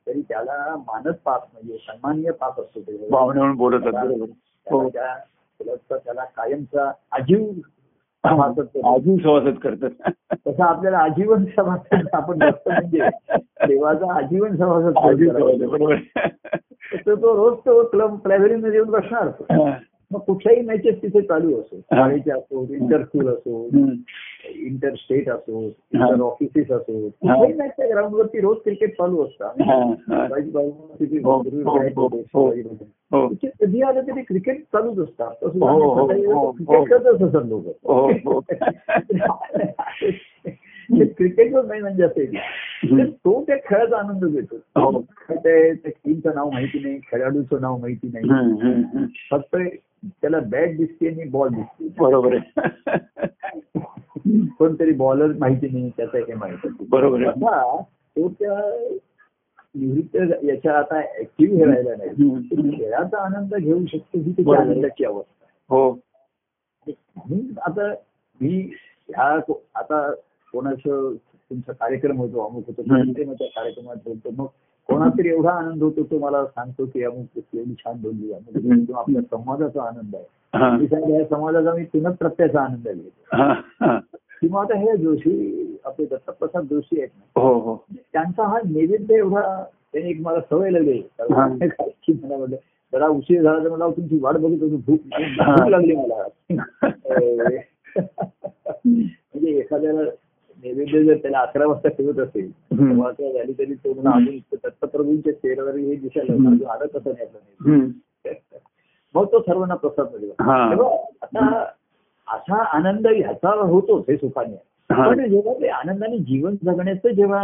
तरी त्याला मानस पास म्हणजे सन्मान्य पास असतो त्याच्यावर. भावना म्हणून बोलत त्याला- आहेत बरोबर त्याला हो. त्या- त्याला- त्याला कायमचा आजीव समास असतो अजून सवासत करतात तसा आपल्याला आजीवन समाज (laughs) आपण बघतो म्हणजे देवाचा आजीवन समाज अजून सवासत बरोबर तर तो रोज तो क्लब मध्ये येऊन बसणार तो. हा. मग कुठल्याही मॅचेस तिथे चालू असो शाळेचे असो इंटर स्कूल असो हम्म. इंटर स्टेट असो इंटर ऑफिसेस असो कुठल्याही मॅचच्या ग्राउंडवरती रोज क्रिकेट चालू असतं हा, हा. शिवाजी बाबू तिथे हो, हो, हो, हो. शिवाजी बाबू. हो तिथे कधी आलं तरी क्रिकेट चालूच असतात हो, हो, हो, हो. क्रिकेट करतच असतात लोक हो, हो. (laughs) क्रिकेटवर नाही म्हणजे असेल हम्म। तर तो त्या खेळाचा आनंद तो। हो. घेतो ते त्या टीमचं नाव माहिती नाही खेळाडूचं नाव माहिती नाही हम्म, हम्म, हम्म. फक्त त्याला बॅट दिसते आणि बॉल दिसते बरोबर आहे कोणतरी बॉलर माहिती नाही त्याचं हे माहिती नाही. बरोबर आहे आता तो त्या निवृत्त याच्या अच्छा आता ऍक्टिव्ह हे राहिला नाही हम्म, तो हम्म. खेळाचा आनंद घेऊ शकते ही त्याची बरोबर. आनंदाची अवस्था हो मी आता मी ह्या को- आता कोणाचं तुमचा कार्यक्रम होतो अमुक होतो हम्म. कोणत्याही मग त्या कार्यक्रमात बोलतो मग कोणातरी एवढा आनंद होतो तो मला सांगतो की अमुक व्यक्ती एवढी छान बोलली अमुक हम्म. व्यक्ती. तो आपल्या संवादाचा आनंद आहे हा, मी सांगितलं, या संवादाचा मी पुनः प्रत्याचा आनंद घेतो हा, हा. किंवा आता हे जोशी आपले दत्तप्रसाद जोशी आहेत ना हो हो त्यांचा हा नैवेद्य एवढा त्याने एक मला सवय लागली हा. की मला म्हटलं जरा उशीर झाला तर मला तुमची वाट बघत होती भूक हा. भूक लागली मला अं, म्हणजे एखाद्याला नैवेद्य जर त्याला अकरा वाजता ठेवत असेल हम्म. तेव्हा अकरा झाली तरी तो मला अजून दत्तप्रभूंच्या चेहऱ्यावर हे दिसायला हम्म. लागलं, अजून आलं कसं नाही आपलं नैवेद्य. हम्म. मग तो सर्वांना प्रसाद मिळेल हा. तेव्हा आता असा आनंद ह्याचा होतोच हे सुखाने हा. पण जेव्हा ते आनंदाने जीवन जगण्याचं जेव्हा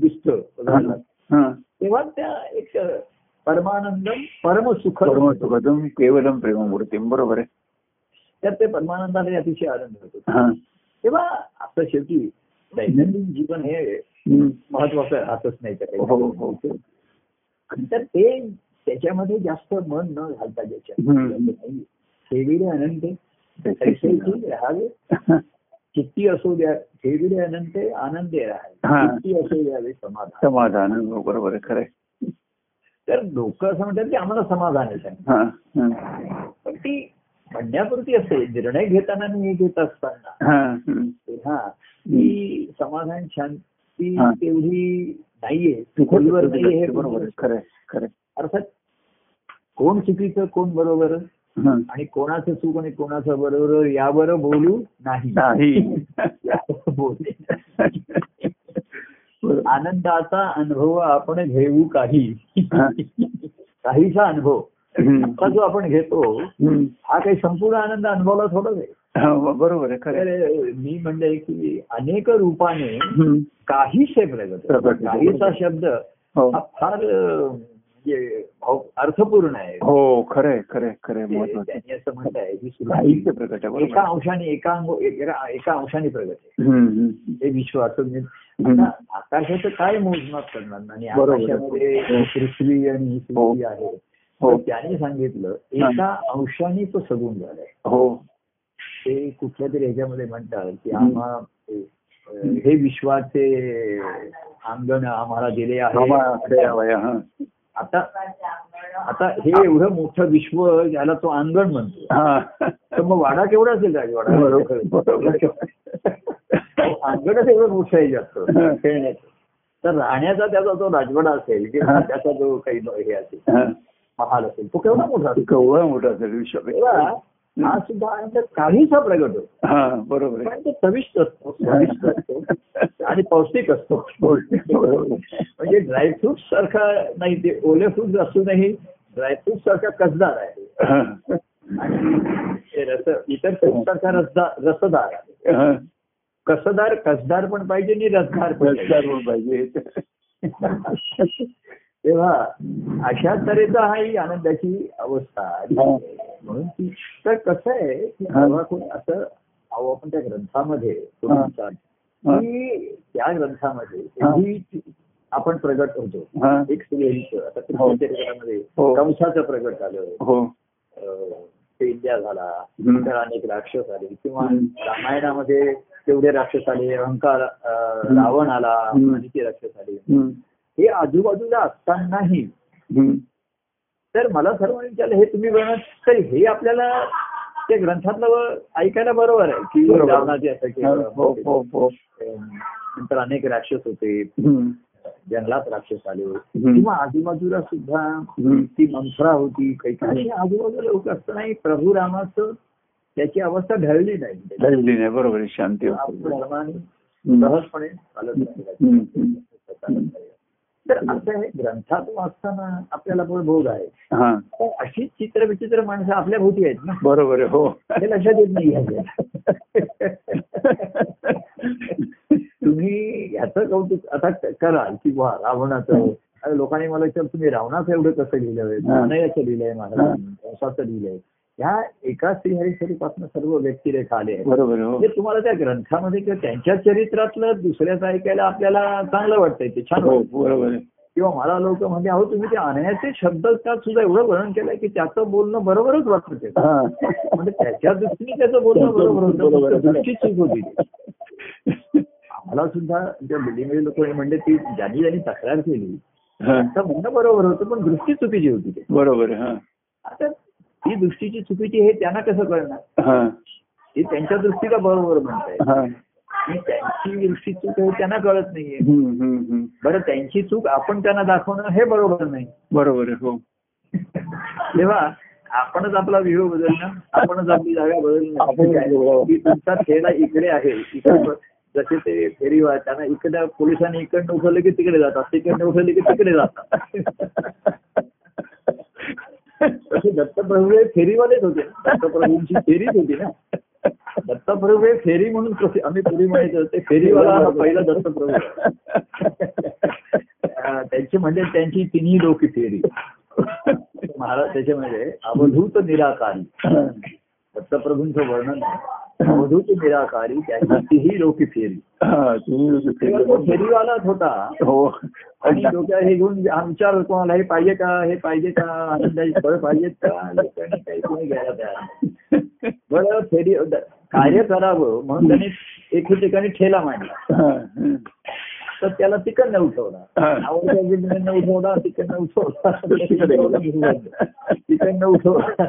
दिसतं हा. तेव्हा त्या एक परमानंदम परमसुख परमसुखदं केवलम प्रेममूर्तीम बरोबर आहे तर ते परमानंदाने अतिशय आनंद होतो हा. तेव्हा आता शेवटी दैनंदिन जीवन हे हम्म. महत्वाचं राहतच नाही त्या हो हो काही. तर ते त्याच्यामध्ये जास्त मन न घालता हम्म. ज्याच्या ठेविले अनंत तैसेची राहावे चित्ती असू द्या ठेविले अनंत आनंदे हा. राहावे चित्ती असू द्यावे समाधान समाधान हो, बरोबर आहे खरं आहे. तर लोक असं म्हणतात की आम्हाला समाधान आहे त्यांना. हा, हा. पण ती म्हणण्यापुरती असते निर्णय घेताना आणि हे घेत असताना हा, हम्म. तेव्हा ती समाधान शांती हा. तेवढी नाहीये खोलवर नाहीये हे बरोबर आहे, खरं आहे, खरं आहे. अर्थात कोण चुकीचं कोण बरोबर हा. आणि कोणाचं चूक आणि कोणाचं बरोबर यावर बोलू नाही नाही (laughs) यावर बोलू नाही. आनंदाचा अनुभव आपण घेऊ काही हा. काहीचा अनुभव आता हम्म. जो आपण घेतो हम्म. हा काही संपूर्ण आनंद अनुभवला थोडाच आहे हा, बरोबर आहे खरं आहे. तर मी म्हणले की अनेक रूपाने हम्म. काहीसे प्रगत प्रगट. काहीचा शब्द हो हा फार अं, म्हणजे भाव- अर्थपूर्ण आहे हो खरंय खरंय खरंय ते- महत्वाचं त्यांनी असं म्हणत आहे की साहित्य सुरुवात प्रकट आहे एका बरोबर अंशाने एका अंग- एका- एका अंशाने प्रगत आहे हम्म, हम्म. हे विश्व असं म्हणजे हम्म. आता आकाशाचं काय मोजमाप करणार आणि बरोबर. आकाशामध्ये हो. पृथ्वी आणि ही हो. पृथ्वी आहे हो. तर त्याने सांगितलं एका अंशाने तो सगून झालाय हो ते कुठल्या तरी ह्याच्यामध्ये म्हणतात की आम्हा अं, हे विश्वाचे अंगण आम्हाला दिले आम्हाला आहे खेळावया, हा. आता आता हे एवढं मोठं विश्व ज्याला तो अंगण म्हणतो हा. तर मग वाडा केवढा असेल राजवाडा बरोबर. बरोबर. अंगणच एवढं मोठं आहे जास्त हा. खेळण्याचं तर राहण्याचा त्याचा जो राजवाडा असेल किंवा त्याचा जो काही जो हे असेल हा. महाल असेल तो केवढा मोठा असेल केवढा मोठा असेल विश्व तेव्हा हा सुद्धा आनंद काहीसा प्रगट होतो हा बरोबर आहे पण तो चविष्ट असतो स्वादिष्ट असतो आणि पौष्टिक असतो बरोबर आहे. म्हणजे ड्रायफ्रुट सारखा नाही ते ओले फ्रुट असूनही ड्रायफ्रुट सारखा कसदार आहे हा. आणि ते रस इतर fruit सारखा रसदार रसदार आहे हा. कसदार कसदार पण पाहिजे आणि रसदार पण रसदार पाहिजे. पण पाहिजे तेव्हा अशा तऱ्हेचा हा ही आनंदाची अवस्था आहे. हा. म्हणून ती तर कसं आहे की हा. जेव्हा कोणी असं अहो आपण त्या ग्रंथामध्ये तो हा. म्हणतात हा. की त्या ग्रंथामध्ये हा. ही आपण प्रगट होतो हा. एक स्त्रियांचं आता हो. कृष्णचरित्रामध्ये हो. कंसाचं प्रगट झालं हो अं, इंडिया झाला हम्म. इतर अनेक राक्षस आले किंवा हम्म. रामायणामध्ये तेवढे राक्षस आले अहंकार अं, हम्म. रावण आला हम्म. अनेके राक्षस आले हम्म. हे आजूबाजूला असतानाही हम्म. तर मला सर्वांनी विचारलं हे तुम्ही बनवत तर हे आपल्याला त्या ग्रंथातलं व- ऐकायला बरोबर आहे की बरोबर. रावणाची अटक केली. हो, हो, हो. अं, नंतर अनेक राक्षस होते हम्म. जंगलात राक्षस आले हम्म. किंवा आजूबाजूला सुद्धा हम्म. ती मंथरा होती काही काही अशी आजूबाजूला लोक असतानाही प्रभू रामाचं त्याची अवस्था ढळली नाही धडली नाही बरोबर आहे, शांती आपल्या होती. धर्माने हम्म. सहजपणे चालत राहिला. हम्म. हम्म. चालत राहिला. तर असं हे ग्रंथात वाचताना आपल्याला पण भोग आहे हा पण अशी चित्रविचित्र माणसं आपल्या भोवती आहेत ना बरोबर आहे हो हे लक्षात येत नाही (laughs) आहे. तुम्ही याचं कौतुक आता क- कराल की वा रावणाचं अरे लोकांनी मला विचार तुम्ही रावणाचं एवढं कसं लिहिलंय हा. अनयाचं लिहिलंय महाराजांनी कंसाचं लिहिलंय ह्या एका श्रीहरीश्वरीपासून सर्व व्यक्तिरेखा आले आहेत बरोबर आहे, हो. म्हणजे तुम्हाला त्या ग्रंथामध्ये किंवा त्यांच्या चरित्रातलं दुसऱ्याचं ऐकायला आपल्याला चांगलं वाटतंय ते छान हो हो वाटतंय. बरोबर आहे. किंवा मला लोक म्हणजे अहो तुम्ही ते अनयाचे शब्द का सुद्धा एवढं वर्णन केलंय की त्याचं बोलणं बरोबरच वाटतं ते (laughs) हा. म्हणजे त्याच्या दृष्टीने त्याचं बोलणं बरोबर बरोबर होतं आहे. फक्त दृष्टीच चूक होती ती. आम्हाला सुद्धा ज्या बिल्डिंगमध्ये लोक म्हणजे ती ज्यांनी ज्यांनी तक्रार केली हा. तर म्हणणं बरोबर होतं पण दृष्टी चुकीची होती ते बरोबर आहे, आता ती दृष्टीची चुकीची हे त्यांना कसं कळणार हा ते त्यांच्या दृष्टीला बरोबर म्हणताय हा हा आणि त्यांची दृष्टी चूक हे त्यांना कळत नाहीये हम्म, हम्म, हम्म. बरं त्यांची चूक आपण त्यांना दाखवणं हे बरोबर नाही बरोबर आहे हो तेव्हा आपणच आपला व्ह्यू बदलणं आपणच आपली जागा आपण बदलणं की तुमचा खेळा इकडे आहे इकडे जसे ते फेरीवार त्यांना इकडे पोलिसांनी इकडनं उठवलं की तिकडे जातात तिकडनं उठवलं की तिकडे जातात तसे दत्तप्रभू हे फेरीवालेच होते दत्तप्रभूंची फेरीच होती ना दत्तप्रभू हे फेरी म्हणून प्रसि- आम्ही पूर्वी म्हणायचो ते फेरीवाला हा पहिला दत्तप्रभू आहे. अं, त्यांची म्हणजे त्यांची तिन्ही डोकी फेरी महाराज त्याच्यामध्ये अवधूत निराकारी दत्तप्रभूंचं वर्णन आहे अवधूत निराकारी त्यांची तिही डोकी फेरी हा, तुम्ही लोकं तेव्हा तो केलं. फेरीवालाच होता हो आणि डोक्यात हे घेऊन आमच्या कोणाला हे पाहिजे का हे पाहिजे का आनंदाची फळ पाहिजेत का लोकांनी काही कोणी घ्यायला तयार नाही. बरं फेरी कार्य करावं म्हणून त्यांनी एके ठिकाणी ठेला मांडला हा, तर त्याला तिकडनं उठवला हा. आवडत्या बिल्डिंगनं उठवला तिकडनं उठवला तिकडे (laughs) गेला. तिकडनं हो, उठवला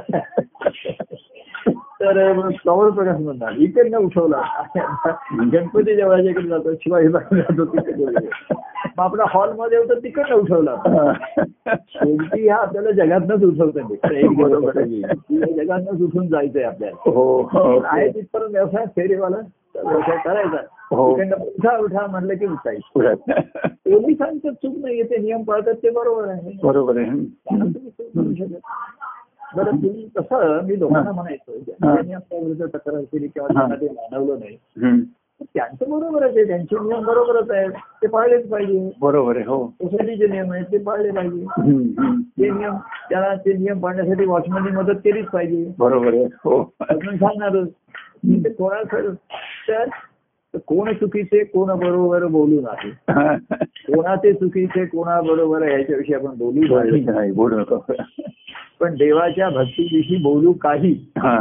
तर मग प्रवर प्रकाश म्हणतात इकडनं उठवला गणपती देवळाच्या इकडे जातो शिवाजी बागेला जातो तिकडे जातो. मग आपला हॉलमध्ये होतो तिकडनं उठवला हा. शेवटी हा आपल्याला जगातनच उठवतं ते. तर एक बरोबर आहे. जगातनच उठून जायचंय आपल्याला हो हो पण आहे तिथपर्यंत व्यवसाय फेरीवाला तर व्यवसाय करायचा हो. तिकडनं उठा उठा म्हणलं की उठायचं पोलिसांचं चूक नाहीये ते नियम पाळतात ते बरोबर आहे बरोबर आहे त्यांना तुम्ही चूक करू शकत बरं तुम्ही कसं मी लोकांना म्हणायचो ज्यांनी आपल्या विरुद्ध तक्रार केली किंवा त्यांना ते मानवलं नाही हम्म. त्यांचं बरोबरच आहे त्यांचे नियम बरोबरच आहेत ते पाळलेच पाहिजे बरोबर आहे हो सोसायटीचे नियम आहेत ते पाळले पाहिजे हम्म, हम्म. ते नियम त्याला ते नियम पाळण्यासाठी वॉचमननी मदत केलीच पाहिजे बरोबर आहे हो अजून सांगणारच मी ते कोणाचं तर तर कोण चुकीचे कोण बरोबर बोलू नाही हा. कोणाचे चुकीचे कोणा बरोबर याच्याविषयी आपण बोलू नाही ठीक आहे, बोलू नका पण देवाच्या भक्तीविषयी बोलू काही हा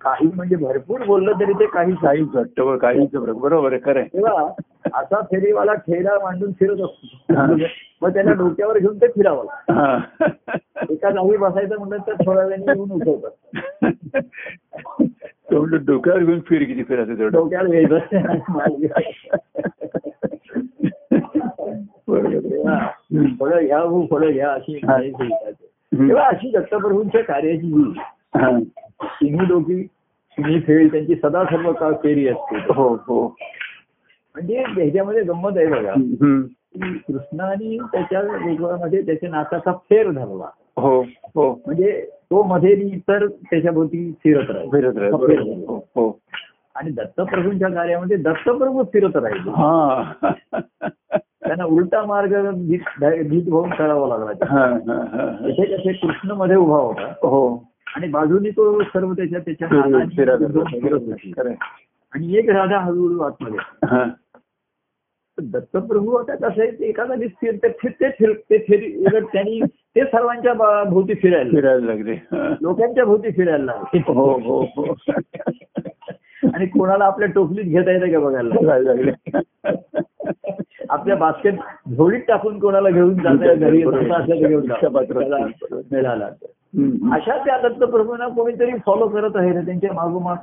काही म्हणजे भरपूर बोललं तरी ते काही साहित्य काहीच वाटतं काहीच बरोबर आहे खरं आहे. तेव्हा असा फेरीवाला ठेला मांडून फिरत हा. असतो मग त्याला डोक्यावर घेऊन ते फिरावं लागतं. हा. एका जागी बसायचं म्हणलं तर थोड्या वेळाने येऊन उठवतात तो म्हणतो डोक्यावर घेऊन फिर किती फिरायचं तेवढं डोक्यावर घ्यायचं बरोबर तेव्हा फळं घ्या हो फळं घ्या अशी काही सांगायचं. हम्म. तेव्हा अशी दत्तप्रभूंच्या कार्याची ही हा. तिन्ही डोकी तिन्ही फेळ त्यांची सदा सर्व काळ फेरी असते हो हो म्हणजे ह्याच्यामध्ये गंमत आहे बघा हम्म. की कृष्णाने त्याच्या रूपामध्ये त्याच्या नाचाचा फेर धरला हो हो म्हणजे तो मधेरी तर त्याच्याभोवती फिरत राहील फिरत राहत फिरत बरोबर. राहील. हो हो आणि दत्तप्रभूंच्या कार्यामध्ये दत्तप्रभू फिरत राहिले हा त्यांना उलटा मार्ग भीत भाऊन करावा लागला हा, हा, हा, हा. जसे जसे कृष्ण मध्ये उभा होता हो आणि बाजूनी तो सर्व त्याच्या त्याच्या फिरत हाताने फिरत फिरत राहत. होती. खरं आहे. आणि एक राधा हळूहळू आतमध्ये हा. दत्तप्रभू आता कसं आहे ते एका जागी फिरते फिरते फिरते फिर उलट त्यांनी ते सर्वांच्या ब- भोवती फिरायला लागले. फिरायला लागले हा. लोकांच्या भोवती फिरायला लागले. हो हो हो आणि कोणाला आपल्या टोपलीत घेता येते का बघायला लागले. फिरायला लागले आपल्या बास्केट झोडीत टाकून कोणाला घेऊन जाते घरी जाता असेल तर घेऊन जाता. त्याला मिळाला तर. हम्म. अशा त्या दत्तप्रभूंना कोणीतरी फॉलो करत आहे ना त्यांच्या मागोमाग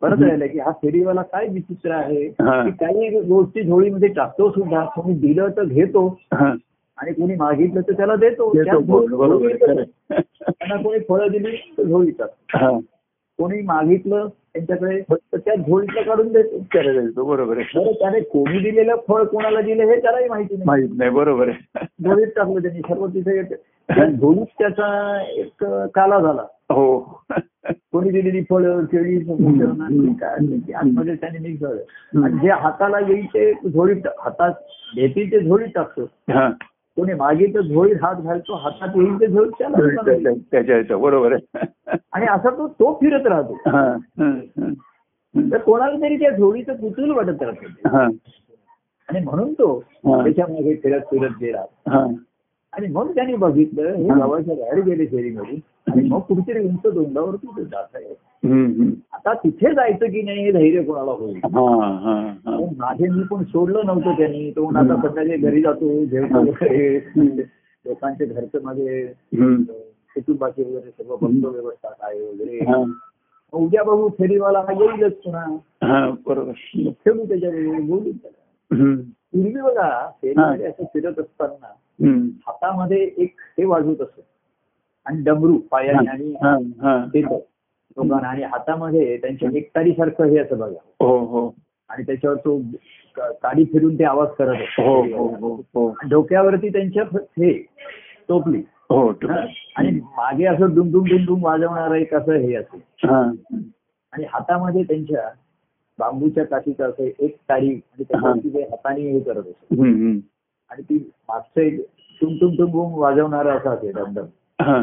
परत राहिलं की हा फेरीवाला काय विचित्र आहे हा. की काही गोष्टी झोळीमध्ये टाकतो सुद्धा कोणी दिलं तर घेतो हा. आणि कोणी मागितलं तर त्याला देतो ते तो त्यात बोल- बरोबर झोळी आहे, देतो. खरं आहे. त्यांना कोणी फळं दिली तर झोळी टाकतो हा. कोणी मागितलं त्यांच्याकडे तर त्या झोळीतलं काढून देतो खरं आहे, तो बरोबर आहे बरं त्याने कोणी दिलेलं फळ कोणाला दिलं हे त्यालाही माहिती नाही माहित नाही बरोबर आहे झोळीत टाकलं त्यांनी सर्व तिथे एक- त्या झोळीत त्याचा एक काला झाला हो कोणी दिलेली फळं केळी हम्म, हम्म, काय असेल ते आतमध्ये त्याने मिक्स झालं हम्म. आणि जे हाताला येईल ते झोडीत हातात येतील ते झोडीत टाकतो हा कोणी मागे तर झोळीत हात घालतो हातात येईल ते झोळीत त्याला त्याच्या- हातात येईल. त्याच्या ह्याचं, बरोबर आहे आणि असा तो तो फिरत राहतो हा, हा, हा. तर कोणाला तरी त्या झोडीचं पुतूल वाटत राहतो हा, आणि म्हणून तो हा. त्याच्या मागे फिरत फिरत गेला हा. आणि मग त्याने बघितलं हे हा. गावाच्या बाहेर गेले शेरीमध्ये आणि मग कुठेतरी उंच डोंगरावरती तो जात आहे हम्म, हम्म. आता तिथे जायचं की नाही हे धैर्य कोणाला होईल हा, हा, हा. पण माझे मी पण सोडलं नव्हतं त्यांनी तो आता हं. सध्या घरी जातो जेवतो हं. वगैरे लोकांचे घरचं माझे हम्म. कुटुंबाचे वगैरे सर्व बंधू व्यवस्था काय वगैरे हा, उद्या भाऊ फेरीवाला हा येईलच पुन्हा हा, बरोबर मग खेळू त्याच्याबरोबर बोलू त्याला. हम्म, पूर्वी बघा फेरीवाले असं फिरत असताना हम्म. हातामध्ये एक हे वाजवत असत आणि डमरू पायाने आणि हा, हा. देत लोकांना आणि हातामध्ये त्यांच्या एकतारी सारखं हे असं बघा हो हो आणि त्याच्यावर तो का- काडी फिरून ते आवाज करत असतो हो हो हो हो डोक्यावरती त्यांच्या फ- हे टोपली हो ठीक हं? आहे. आणि मागे असं डुमडुम डुमडुम वाजवणार एक असं हे असेल हा. आणि हातामध्ये त्यांच्या बांबूच्या काठीचं असं एक तारी आणि त्याच्यावरती ते हाताने हे करत असेल हम्म, हम्म. आणि ती मागचं एक टुमटुम टुमटुम वाजवणारा असा असेल दमदम हा.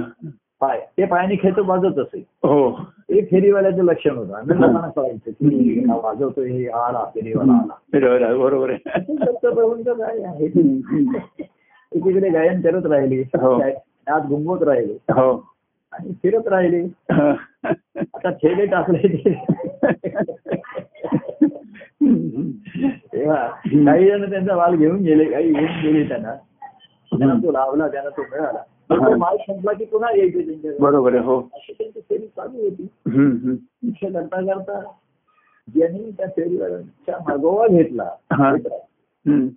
पाय ते पायाने खेचत वाजत असेल हो हे फेरीवाल्याचं लक्षण होतं आम्ही हा. लोकांना कळायचं की हम्म. हा वाजवतोय हे आला फेरीवाला हम्म. आला बरोबर आहे, बरोबर आहे दत्तप्रभूंचं काय आहे हम्म. एकीकडे गायन करत राहिले हो. नाच घुमवत राहिले हो आणि फिरत राहिले हा. आता ठेले टाकले ते. तेव्हा काही जण त्यांचा माल घेऊन गेले काही घेऊन गेले त्यांना त्यांना तो लावला त्यांना तो मिळाला पण तो माल संपला की पुन्हा यायचे त्यांच्याकडे बरोबर आहे हो अशी त्यांची फेरी चालू होती हम्म, हम्म. इच्छा करता करता ज्यांनी त्या फेरीवाल्यांचा मागोवा घेतला हा. घेत राहिले. हम्म.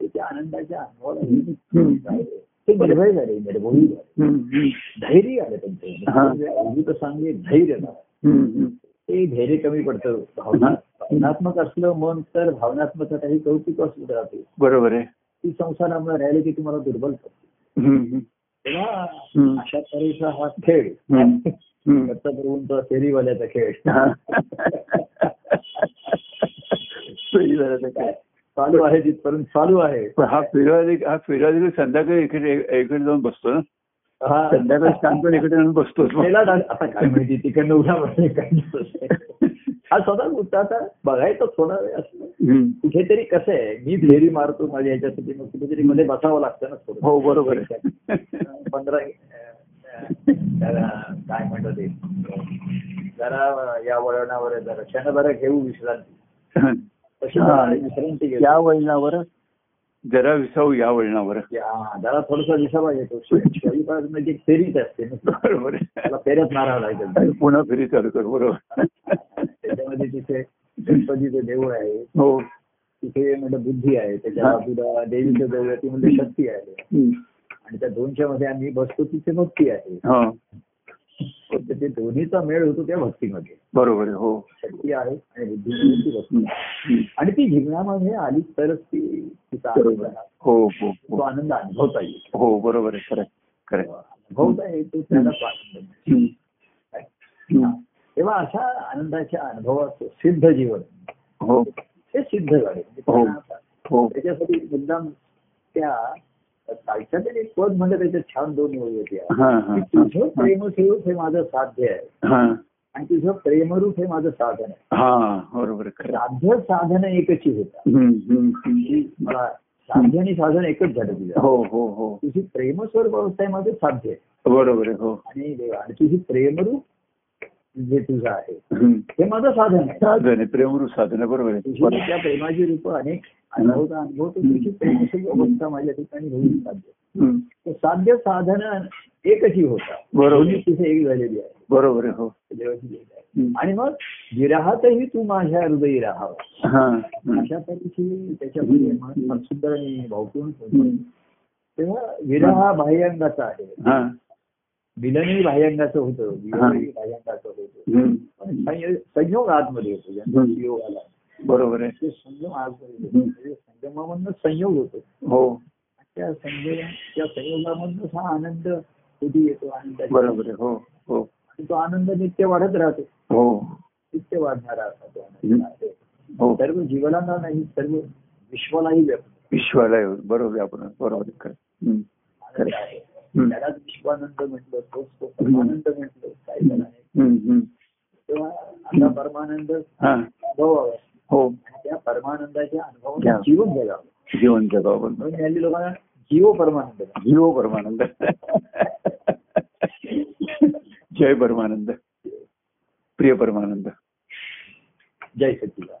ते त्या आनंदाच्या अनुभवाला हम्म. राहिले. ते निर्भय झाले निर्भोळी झाले हम्म, धैर्य आलं हा. त्यांचं मी तर सांगे धैर्य आलं. हम्म, हम्म. ते धैर्य कमी पडतं भावना भावनात्मक असलं मन तर भावनात्मक काही कौतुक असलं राहते बरोबर आहे ती संसारामुळे राहिली की तुम्हाला दुर्बल करते हम्म, हम्म. हम्म. तेव्हा अशा तऱ्हेचा हा खेळ हम्म. हम्म. दत्तप्रभूंचा फेरीवाल्याचा खेळ हा. सही झालं ते काय. काय? चालू आहे तिथपर्यंत चालू आहे पण हा फिरवाली हा फिरवाली संध्याकाळी इकडे इकडे जाऊन बसतो ना हा. संध्याकाळी शांतपणे (laughs) इकडे जाऊन बसतो त्याला डा- आता काय माहिती तिकडनं उद्या म्हणजे काय दिसत. हा स्वतः मुद्दा आता बघायचा थोडा वेळ असला हम्म. कुठेतरी कसं आहे मी फेरी मारतो माझ्या याच्यासाठी मग कुठेतरी मध्ये बसावं लागतं ना थोडं हो बरोबर आहे पंधरा अं, जरा काय म्हणतात ते, जरा या वळणावर आहे जरा क्षणभर घेऊ विश्रांती तशी जरा हा. विश्रांती घेऊ या वळणावर जरा विसावू या वळणावर म्हणजे, हा, जरा थोडासा विसावा घेतो शरीरात म्हणजे एक फेरीच असते ना. बरोबर आहे त्याला फेऱ्यात मारावं लागेल आणि पुन्हा फिरी चालू कर बरोबर त्याच्यामध्ये तिथे गणपतीचं देऊळ आहे हो तिथे म्हणजे बुद्धी आहे त्याच्या हा. बाजूला देवीचं देऊळ आहे ती म्हणजे शक्ती आहे हम्म. आणि त्या दोनच्या मध्ये आम्ही बसतो तिथे भक्ती आहे हा तर ते दोन्हीचा मेळ होतो त्या भक्तीमध्ये बरोबर आहे हो शक्ती आहे आणि बुद्धी ती भक्ती हम्म. आहे. हम्म. आणि ती जीवनामध्ये आली तरच ती तिचा आनंद बरोबर. आहे. हो हो तो हो आनंद अनुभवता येईल हो बरोबर आहे खरं आहे, खरं आहे. अनुभवता येतो त्याला तो आनंद मिळतो. हम्म. काय? हम्म. तेव्हा अशा आनंदाच्या अनुभवाचं सिद्ध जीवन हो हे सिद्ध झाले म्हणजे हो. त्यांना आता हो त्याच्यासाठी मुद्दाम त्या कालच्या तरी एक पद म्हणजे त्याच्यात छान दोन ओळी होत्या हा की हा तुझं प्रेमस्वरूप हे माझं साध्य आहे हा आणि तुझं प्रेमरूप हे माझं साधन आहे हा बरोबर आहे, खरं आहे. साध्य साधन एकची होता हम्म, हम्म, हम्म. सा- साध्य आणि साधन एकच झालं तुझं हो हो हो तुझी प्रेमस्वरूप अवस्था आहे माझं साध्य आहे बरोबर आहे हो आणि देवा आणि तुझी प्रेमरूप जे तुझं आहे हम्म. हे माझं साधन आहे साधन आहे प्रेमरूप साधन आहे बरोबर तुझी आहे त्या प्रेमाची रूप अनेक अनुभवता अनुभव तुझी प्रेमस्वरूप अवस्था माझ्या ठिकाणी होईल साध्य हम्म. तर साध्य साधन एकच ही होता बरोबर. दोन्ही तिथे एक झालेली आहे बरोबर आहे हो देवाची लीला आहे. हम्म. आणि मग विराहातही तू माझ्या हृदयी राहावा हा. हम्म. अशा तऱ्हेची त्याच्यामध्ये मन मनसुद्धा आणि भावपूर्ण होतं. हम्म. तेव्हा विरह हा बाह्यांगाचा आहे हा. मिलनही बाह्यांगाचं होतं वियोगही बाह्यांगाचं होतं हम्म. पण संय- संयोग आतमध्ये होतो ज्यांचा हम्म. संयोग आला बरोबर आहे ते संयम आतमध्ये होतो. म्हणजे संयमामधनं संयोग होतो हो त्या संयोग त्या संयोगामधनंच हा आनंद कुठे येतो आनंदाचा बरोबर आहे हो हो आणि तो आनंद नित्य वाढत राहतो हो नित्य वाढणारा असा तो आनंद हम्म. आहे हो सर्व जीवनाला नाही सर्व विश्वालाही व्यापक विश्वाला आहे. बरोबर आहे आपण बरोबर आहे खरं. हम्म. आनंद आहे हम्म. त्यालाच विश्वानंद म्हटलं तोच तो परमानंद म्हटलं काय झालं आहे हम्म. हम्म. तेव्हा आता परमानंद हा. अनुभवावा हो आणि त्या परमानंदाच्या घ्या. अनुभवाने जीवन जगावं जीवन जगा आपण म्हणून हल्ली लोकांना जीव परमानंद म्हणतात. जीव परमानंद जय परमानंद प्रिय परमानंद जय सच्चिदानंद